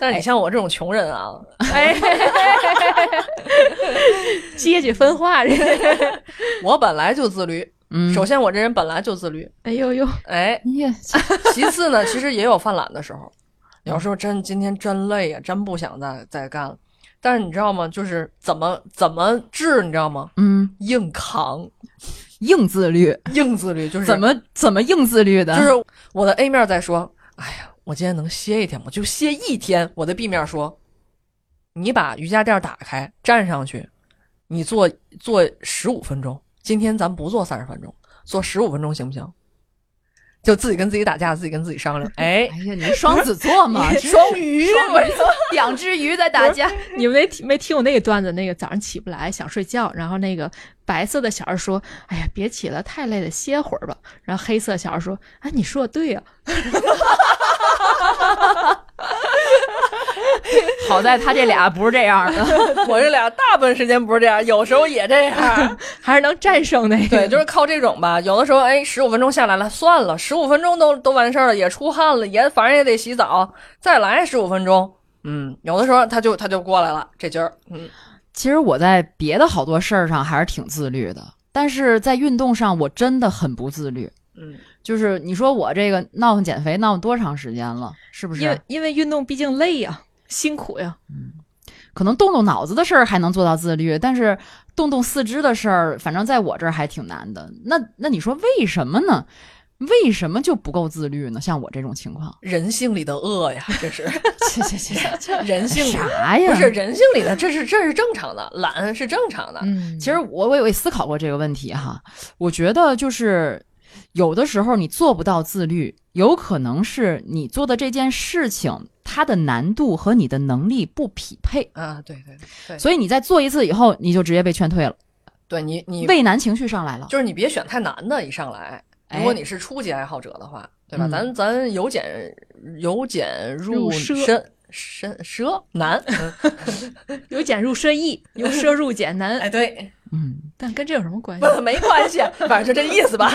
但是你像我这种穷人啊，
哎， <laughs> 阶级分化这个。 <laughs>
我本来就自律。
嗯，
首先我这人本来就自律，
哎呦呦，
哎，
你也
其次呢，其实也有犯懒的时 <laughs> 候，有时候真今天真累呀、真不想再再干了。但是你知道吗？就是怎么怎么治，你知道吗？
嗯，
硬扛，
硬自律，
硬自律就是
怎么怎么硬自律的？
就是我的 A 面在说：“哎呀，我今天能歇一天，我就歇一天。”我的 B 面说：“你把瑜伽垫打开，站上去，你做做十五分钟。今天咱不做三十分钟，做十五分钟行不行？”就自己跟自己打架，自己跟自己商量。哎
<laughs> 哎，呀，你是双子座嘛，
<laughs> 双鱼，
双鱼座，两只鱼在打架。
你们没听没听我那个段子？那个早上起不来想睡觉，然后那个白色的小孩说：“哎呀，别起了，太累了，歇会儿吧。”然后黑色小孩说：“哎，你说的对呀、
<laughs> 好在他这俩不是这样的，
我这俩大部分时间不是这样，有时候也这样。
还是能战胜那个。
对，
<laughs>
就是靠这种吧。有的时候，哎，十五分钟下来了，算了，十五分钟都都完事儿了，也出汗了，也反正也得洗澡，再来十五分钟。嗯，有的时候他就他就过来了，这劲儿，嗯，
其实我在别的好多事儿上还是挺自律的，但是在运动上我真的很不自律。
嗯，
就是你说我这个闹腾减肥闹腾多长时间了，是不
因为
是？
因为运动毕竟累呀、辛苦呀、
可能动动脑子的事儿还能做到自律，但是动动四肢的事儿，反正在我这儿还挺难的。那那你说为什么呢？为什么就不够自律呢？像我这种情况，
<laughs> 人性里的恶呀，这是
切切切切，
人性
<laughs>
里
啥呀？
不是人性里的，这是这是正常的，懒是正常的。
嗯，
其实我我也思考过这个问题哈，我觉得就是有的时候你做不到自律，有可能是你做的这件事情它的难度和你的能力不匹配，
啊，对对对对，
所以你在做一次以后，你就直接被劝退了，
对你你
畏难情绪上来了。
就是你别选太难的，一上来，
哎
如果你是初级爱好者的话，对吧？
嗯
咱咱由简由简入
入奢
深深奢难，
由俭入奢易，由奢入
<laughs>
俭难，
哎，对，
嗯，
但跟这有什么关系？
<laughs> 不没关系，反正就这意思吧。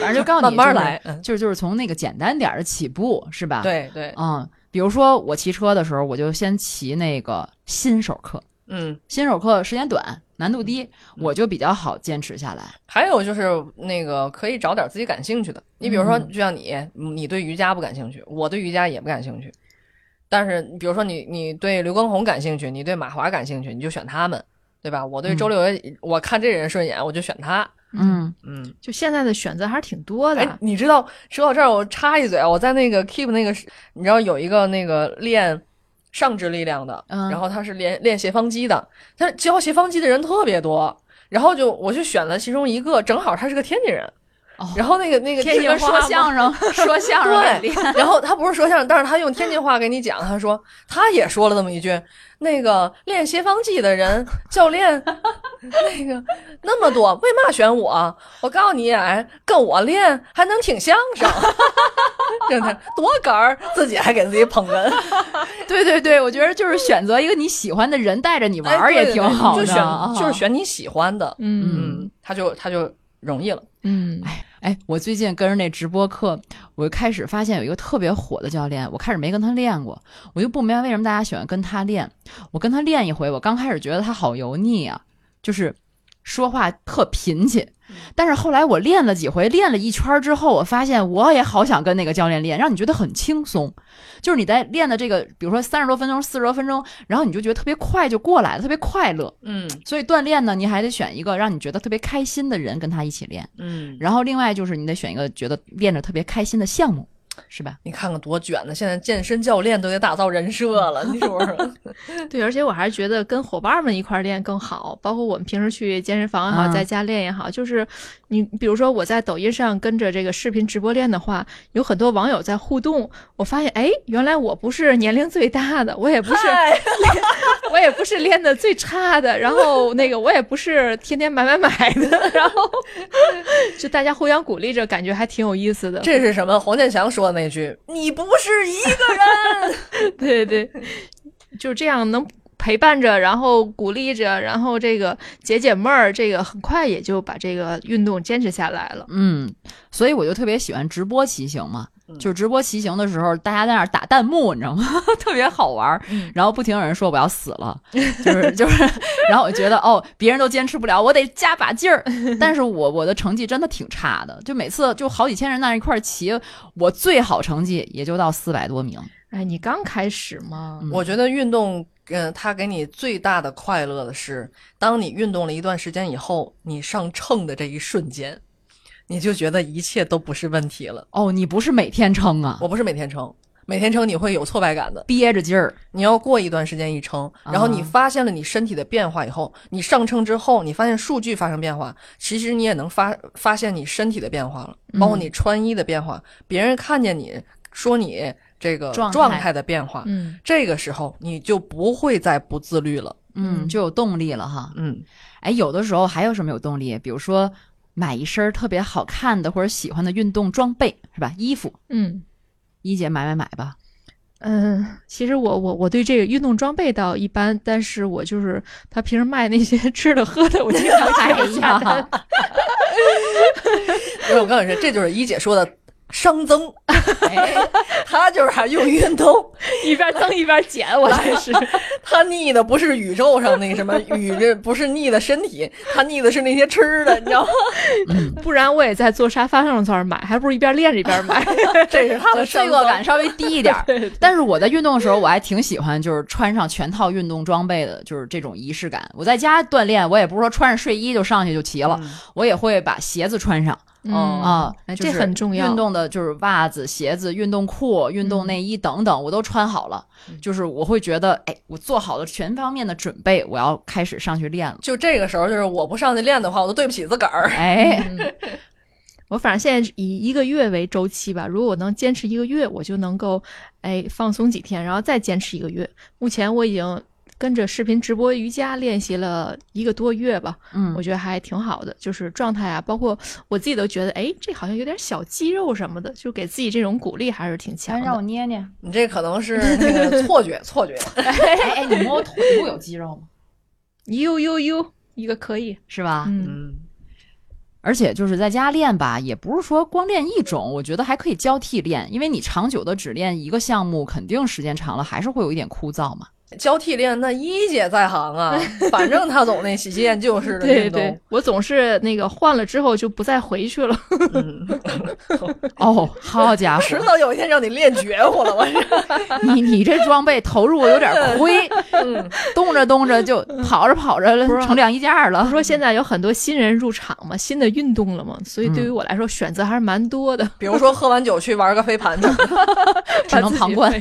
反正就告诉你、
慢慢来嗯
就是就是从那个简单点儿的起步，是吧？，
<laughs> 对对，
嗯，比如说我骑车的时候，我就先骑那个新手课，
嗯，
新手课时间短，难度低，我就比较好坚持下来。
还有就是那个可以找点自己感兴趣的，你比如说，就像你，你对瑜伽不感兴趣，我对瑜伽也不感兴趣。但是，比如说你，你对刘畊宏感兴趣，你对马华感兴趣，你就选他们，对吧？我对周六爷，我看这人顺眼，我就选他。
嗯
嗯，
就现在的选择还是挺多的。嗯
哎，你知道说到这儿，我插一嘴啊，我在那个 Keep 那个是，你知道有一个那个练上肢力量的，
嗯
然后他是练练斜方肌的，他教斜方肌的人特别多，然后就我就选了其中一个，正好他是个天津人，
哦
然后那个那个
天津
是个
说
话吗
相声， <laughs> 说相声的
对，然后他不是说相声，但是他用天津话给你讲，他说他也说了这么一句，那个练斜方肌的人教练，那个那么多，为嘛选我？我告诉你，哎，跟我练还能听相声， <laughs> 真的多哏儿，自己还给自己捧哏，
对对对，我觉得就是选择一个你喜欢的人带着你 <laughs> 玩
哎
儿
对
也挺好的，
就
啊
选就是。选你喜欢的，
嗯
嗯，他就他就容易了，
嗯，
哎，我最近跟着那直播课，我开始发现有一个特别火的教练，我开始没跟他练过，我就不明白为什么大家喜欢跟他练。我跟他练一回，我刚开始觉得他好油腻啊，就是说话特贫气，但是后来我练了几回，练了一圈儿之后，我发现我也好想跟那个教练练，让你觉得很轻松。就是你在练的这个，比如说三十多分钟、四十多分钟，然后你就觉得特别快就过来了，特别快乐。
嗯
所以锻炼呢，你还得选一个让你觉得特别开心的人跟他一起练，
嗯，
然后另外就是你得选一个觉得练着特别开心的项目，是吧？
你看看多卷呢！现在健身教练都得打造人设了，你
<laughs>
说说？
对，而且我还是觉得跟伙伴们一块儿练更好，包括我们平时去健身房也好，
嗯
在家练也好，就是你比如说我在抖音上跟着这个视频直播练的话，有很多网友在互动，我发现哎，原来我不是年龄最大的，我也不
<laughs>
是
哎
嗨
我也不是练的最差的，然后那个我也不是天天买买买的， <laughs> 然后就大家互相鼓励着，感觉还挺有意思
<laughs>
的。
这是什么？黄健翔说的那句：“你不是一个
<laughs> 对对，就是这样能陪伴着，然后鼓励着，然后这个解解闷儿，这个很快也就把这个运动坚持下来了。
嗯，所以我就特别喜欢直播骑行嘛
嗯，
就是直播骑行的时候，大家在那儿打弹幕，你知道吗？ <laughs> 特别好玩儿
嗯。
<laughs> 然后不停有人说我要死了，就是 <laughs> 就是，然后我觉得哦，别人都坚持不了，我得加把劲儿。 <laughs> 但是我我的成绩真的挺差的，就每次就好几千人那一块儿骑，我最好成绩也就到四百多名。
哎，你刚开始嘛，
嗯
<laughs> 我觉得运动，嗯、它给你最大的快乐的是，当你运动了一段时间以后，你上秤的这一瞬间，你就觉得一切都不是问题了。
哦，你不是每天称啊，
我不是每天称，每天称你会有挫败感的。
憋着劲儿，
你要过一段时间一称，然后你
啊
发现了你身体的变化以后，你上称之后，你发现数据发生变化，其实你也能发发现你身体的变化了，
嗯
包括你穿衣的变化，别人看见你说你这个
状态
状态的变化，
嗯，
这个时候你就不会再不自律了。
嗯，
嗯
就有动力了哈。
嗯，
哎，有的时候还有什么有动力？比如说买一身儿特别好看的或者喜欢的运动装备，是吧？衣服，
嗯。
一姐买买买吧。
嗯，其实我我我对这个运动装备倒一般，但是我就是他平时卖那些 <laughs> 吃的喝的，我经常
<laughs> 哎
买一下单。
呀，
因为我告诉你，这就是一姐说的熵增， <laughs>
哎
她就是还用运动， <laughs>
一边增一边减，我真是。
她腻的不是宇宙上那个
<laughs>
什么宇宙，不是腻的身体，她腻的是那些吃的，你知道吗？
<laughs> 不然我也在坐沙发上在那儿买，还不如一边练着一边买。。
这是
<laughs>
她的
罪
罪
恶
恶
感
感。
稍微低一点儿
对
但是我在运动的时候，我还挺喜欢就是穿上全套运动装备的，就是这种仪式感。我在家锻炼，我也不是说穿着睡衣就上去就骑了，
嗯
我也会把鞋子穿上。
哦
啊，
哎
就是
这很重要
运动的就是袜子、鞋子、运动裤、运动内衣等等，我都穿好了。就是我会觉得，哎，我做好了全方面的准备，我要开始上去练了。
就这个时候，就是我不上去练的话，我都对不起自个儿。 <laughs>
嗯
哎，
我反正现在以一个月为周期吧，如果我能坚持一个月，我就能够哎放松几天，然后再坚持一个月。目前我已经跟着视频直播瑜伽练习了一个多月吧，
嗯
我，觉得还挺好的，就是状态啊，包括我自己都觉得哎，这好像有点小肌肉什么的，就给自己这种鼓励还是挺强的。
捏捏。
你这可能是那个 <laughs> 错觉，错觉。
哎哎，你摸我腿部有肌肉吗？
呦呦呦，一个可以，
是吧？
嗯，
嗯，
而且就是在家练吧，也不是说光练一种，我觉得还可以交替练，因为你长久的只练一个项目，肯定时间长了还是会有一点枯燥
<laughs>
嘛。
<laughs> 交替练那一姐在行 <laughs> 啊，反正她总那喜新厌旧 <laughs> 式的
对
运动。
对，我总是那个换了之后就不再回去了。 <laughs>
<laughs> 嗯，
哦，好家伙
迟，早有一天让你练绝乎了，我这。
<laughs>
你你这装备投入有点亏，
嗯
动着动着就跑着跑着
嗯不是
成晾衣架
不
了。
是说现在有很多新人入场嘛，新的运动了嘛，所以对于我来说选择还是蛮多的，
<laughs> 比如说喝完酒去玩个飞盘去，
只能旁观。 <laughs>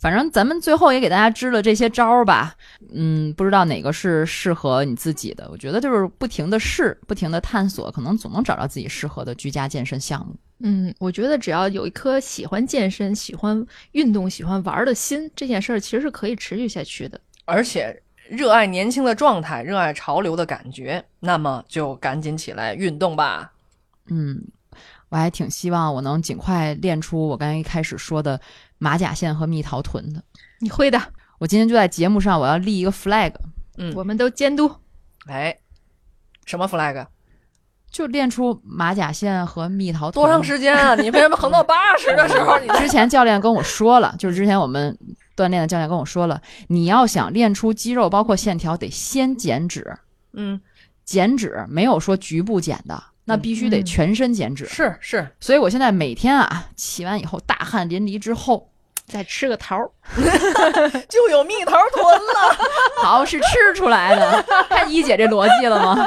反正咱们最后也给大家支了这些招儿吧，嗯，不知道哪个是适合你自己的。我觉得就是不停的试，不停的探索，可能总能找到自己适合的居家健身项目。
嗯，我觉得只要有一颗喜欢健身、喜欢运动、喜欢玩儿的心，这件事儿其实是可以持续下去的。
<laughs> 而且热爱年轻的状态，热爱潮流的感觉，那么就赶紧起来运动吧。
嗯，我还挺希望我能尽快练出我刚才一开始说的马甲线和蜜桃臀的。
你会的，
我今天就在节目上，我要立一个 flag，
嗯
我们都监督。
哎，什么 flag？
就练出马甲线和蜜桃臀。
多长时间啊？你为什么横到八十的时候你？
之前教练跟我说了，就是之前我们锻炼的教练跟我说了，你要想练出肌肉，包括线条，得先减脂。
嗯，
减脂没有说局部减的，那必须得
嗯
全身减脂。
是是，
所以我现在每天啊，起完以后大汗淋漓之后，
再吃个桃儿，
就有蜜桃臀了。
好是吃出来的。看一姐这逻辑了吗？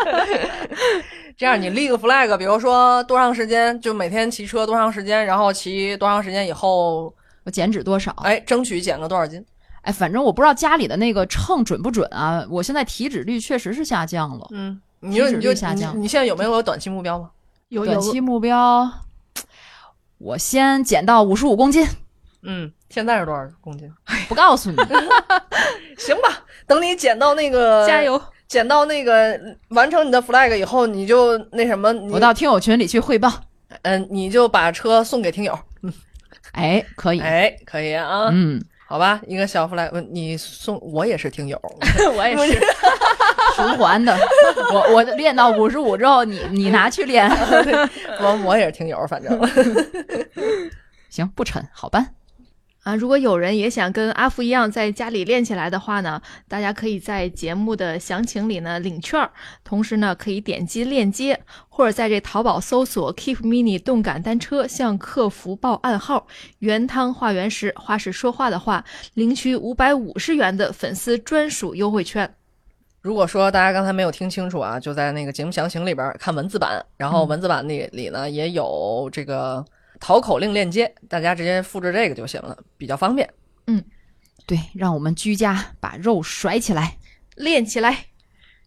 这样你立个 flag，比如说多长时间，就每天骑车多长时间，然后骑多长时间以后，
我减脂多少？
哎，争取减个多少斤。
哎，反正我不知道家里的那个秤准不准啊。我现在体脂率确实是下降了，
嗯，你就
体脂
你就
率下降
你你现在有没有短期目标吗？
有
短
有
期目标，我先减到五十五公斤，
嗯，现在是多少公斤？
不告诉你。
行吧，等你减到那个
加，油，
减到那个完成你的 flag 以后，你就那什么，你
我到听友群里去汇报。
嗯、你就把车送给听友。
哎，可以，
哎，可以
<laughs>
啊，
嗯，
好吧，一个小 flag，嗯你送我也是听友，
<laughs>
<laughs>
我也是。
循环的。我我练到五十五之后，你你拿去练。 <laughs>
我我也是听友，反正
行，不沉，好办。
啊，如果有人也想跟阿福一样在家里练起来的话呢，大家可以在节目的详情里呢领券儿，同时呢可以点击链接，或者在这淘宝搜索 “Keep Mini 动感单车”，向客服报暗号“原汤化原食”，花是说话的话，领取五百五十元的粉丝专属优惠券。
如果说大家刚才没有听清楚啊，就在那个节目详情里边看文字版，然后文字版里里呢也有这个淘口令链接，大家直接复制这个就行了，比较方便。
对，让我们居家把肉甩起来。
练起来，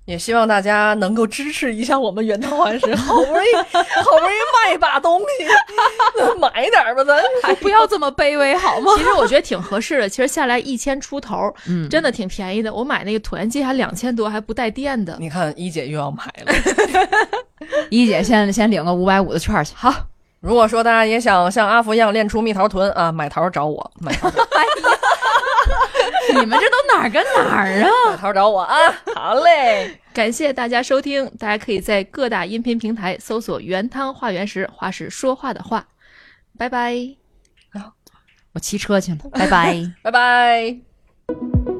也希望大家能够支持一下我们原汤化食，好不 <laughs> 容易好不容易卖一把东西，买点儿吧，咱
哎不要这么卑微好吗？
其实我觉得挺合适的。其实下来一千出头，
嗯，
真的挺便宜的。我买那个椭圆机还两千多，还不带电的。
你看一姐又要买了。
<laughs> 一姐先先领个五百五的券儿去。好，
<laughs> 如果说大家也想像阿福一样练出蜜桃臀啊，买桃找我，买桃
你们这都哪儿跟哪儿啊？
买桃找我啊！好嘞，
感谢大家收听，大家可以在各大音频平台搜索“原汤化原食”，话是说话的话。拜拜。
我骑车去了，拜拜。
拜拜。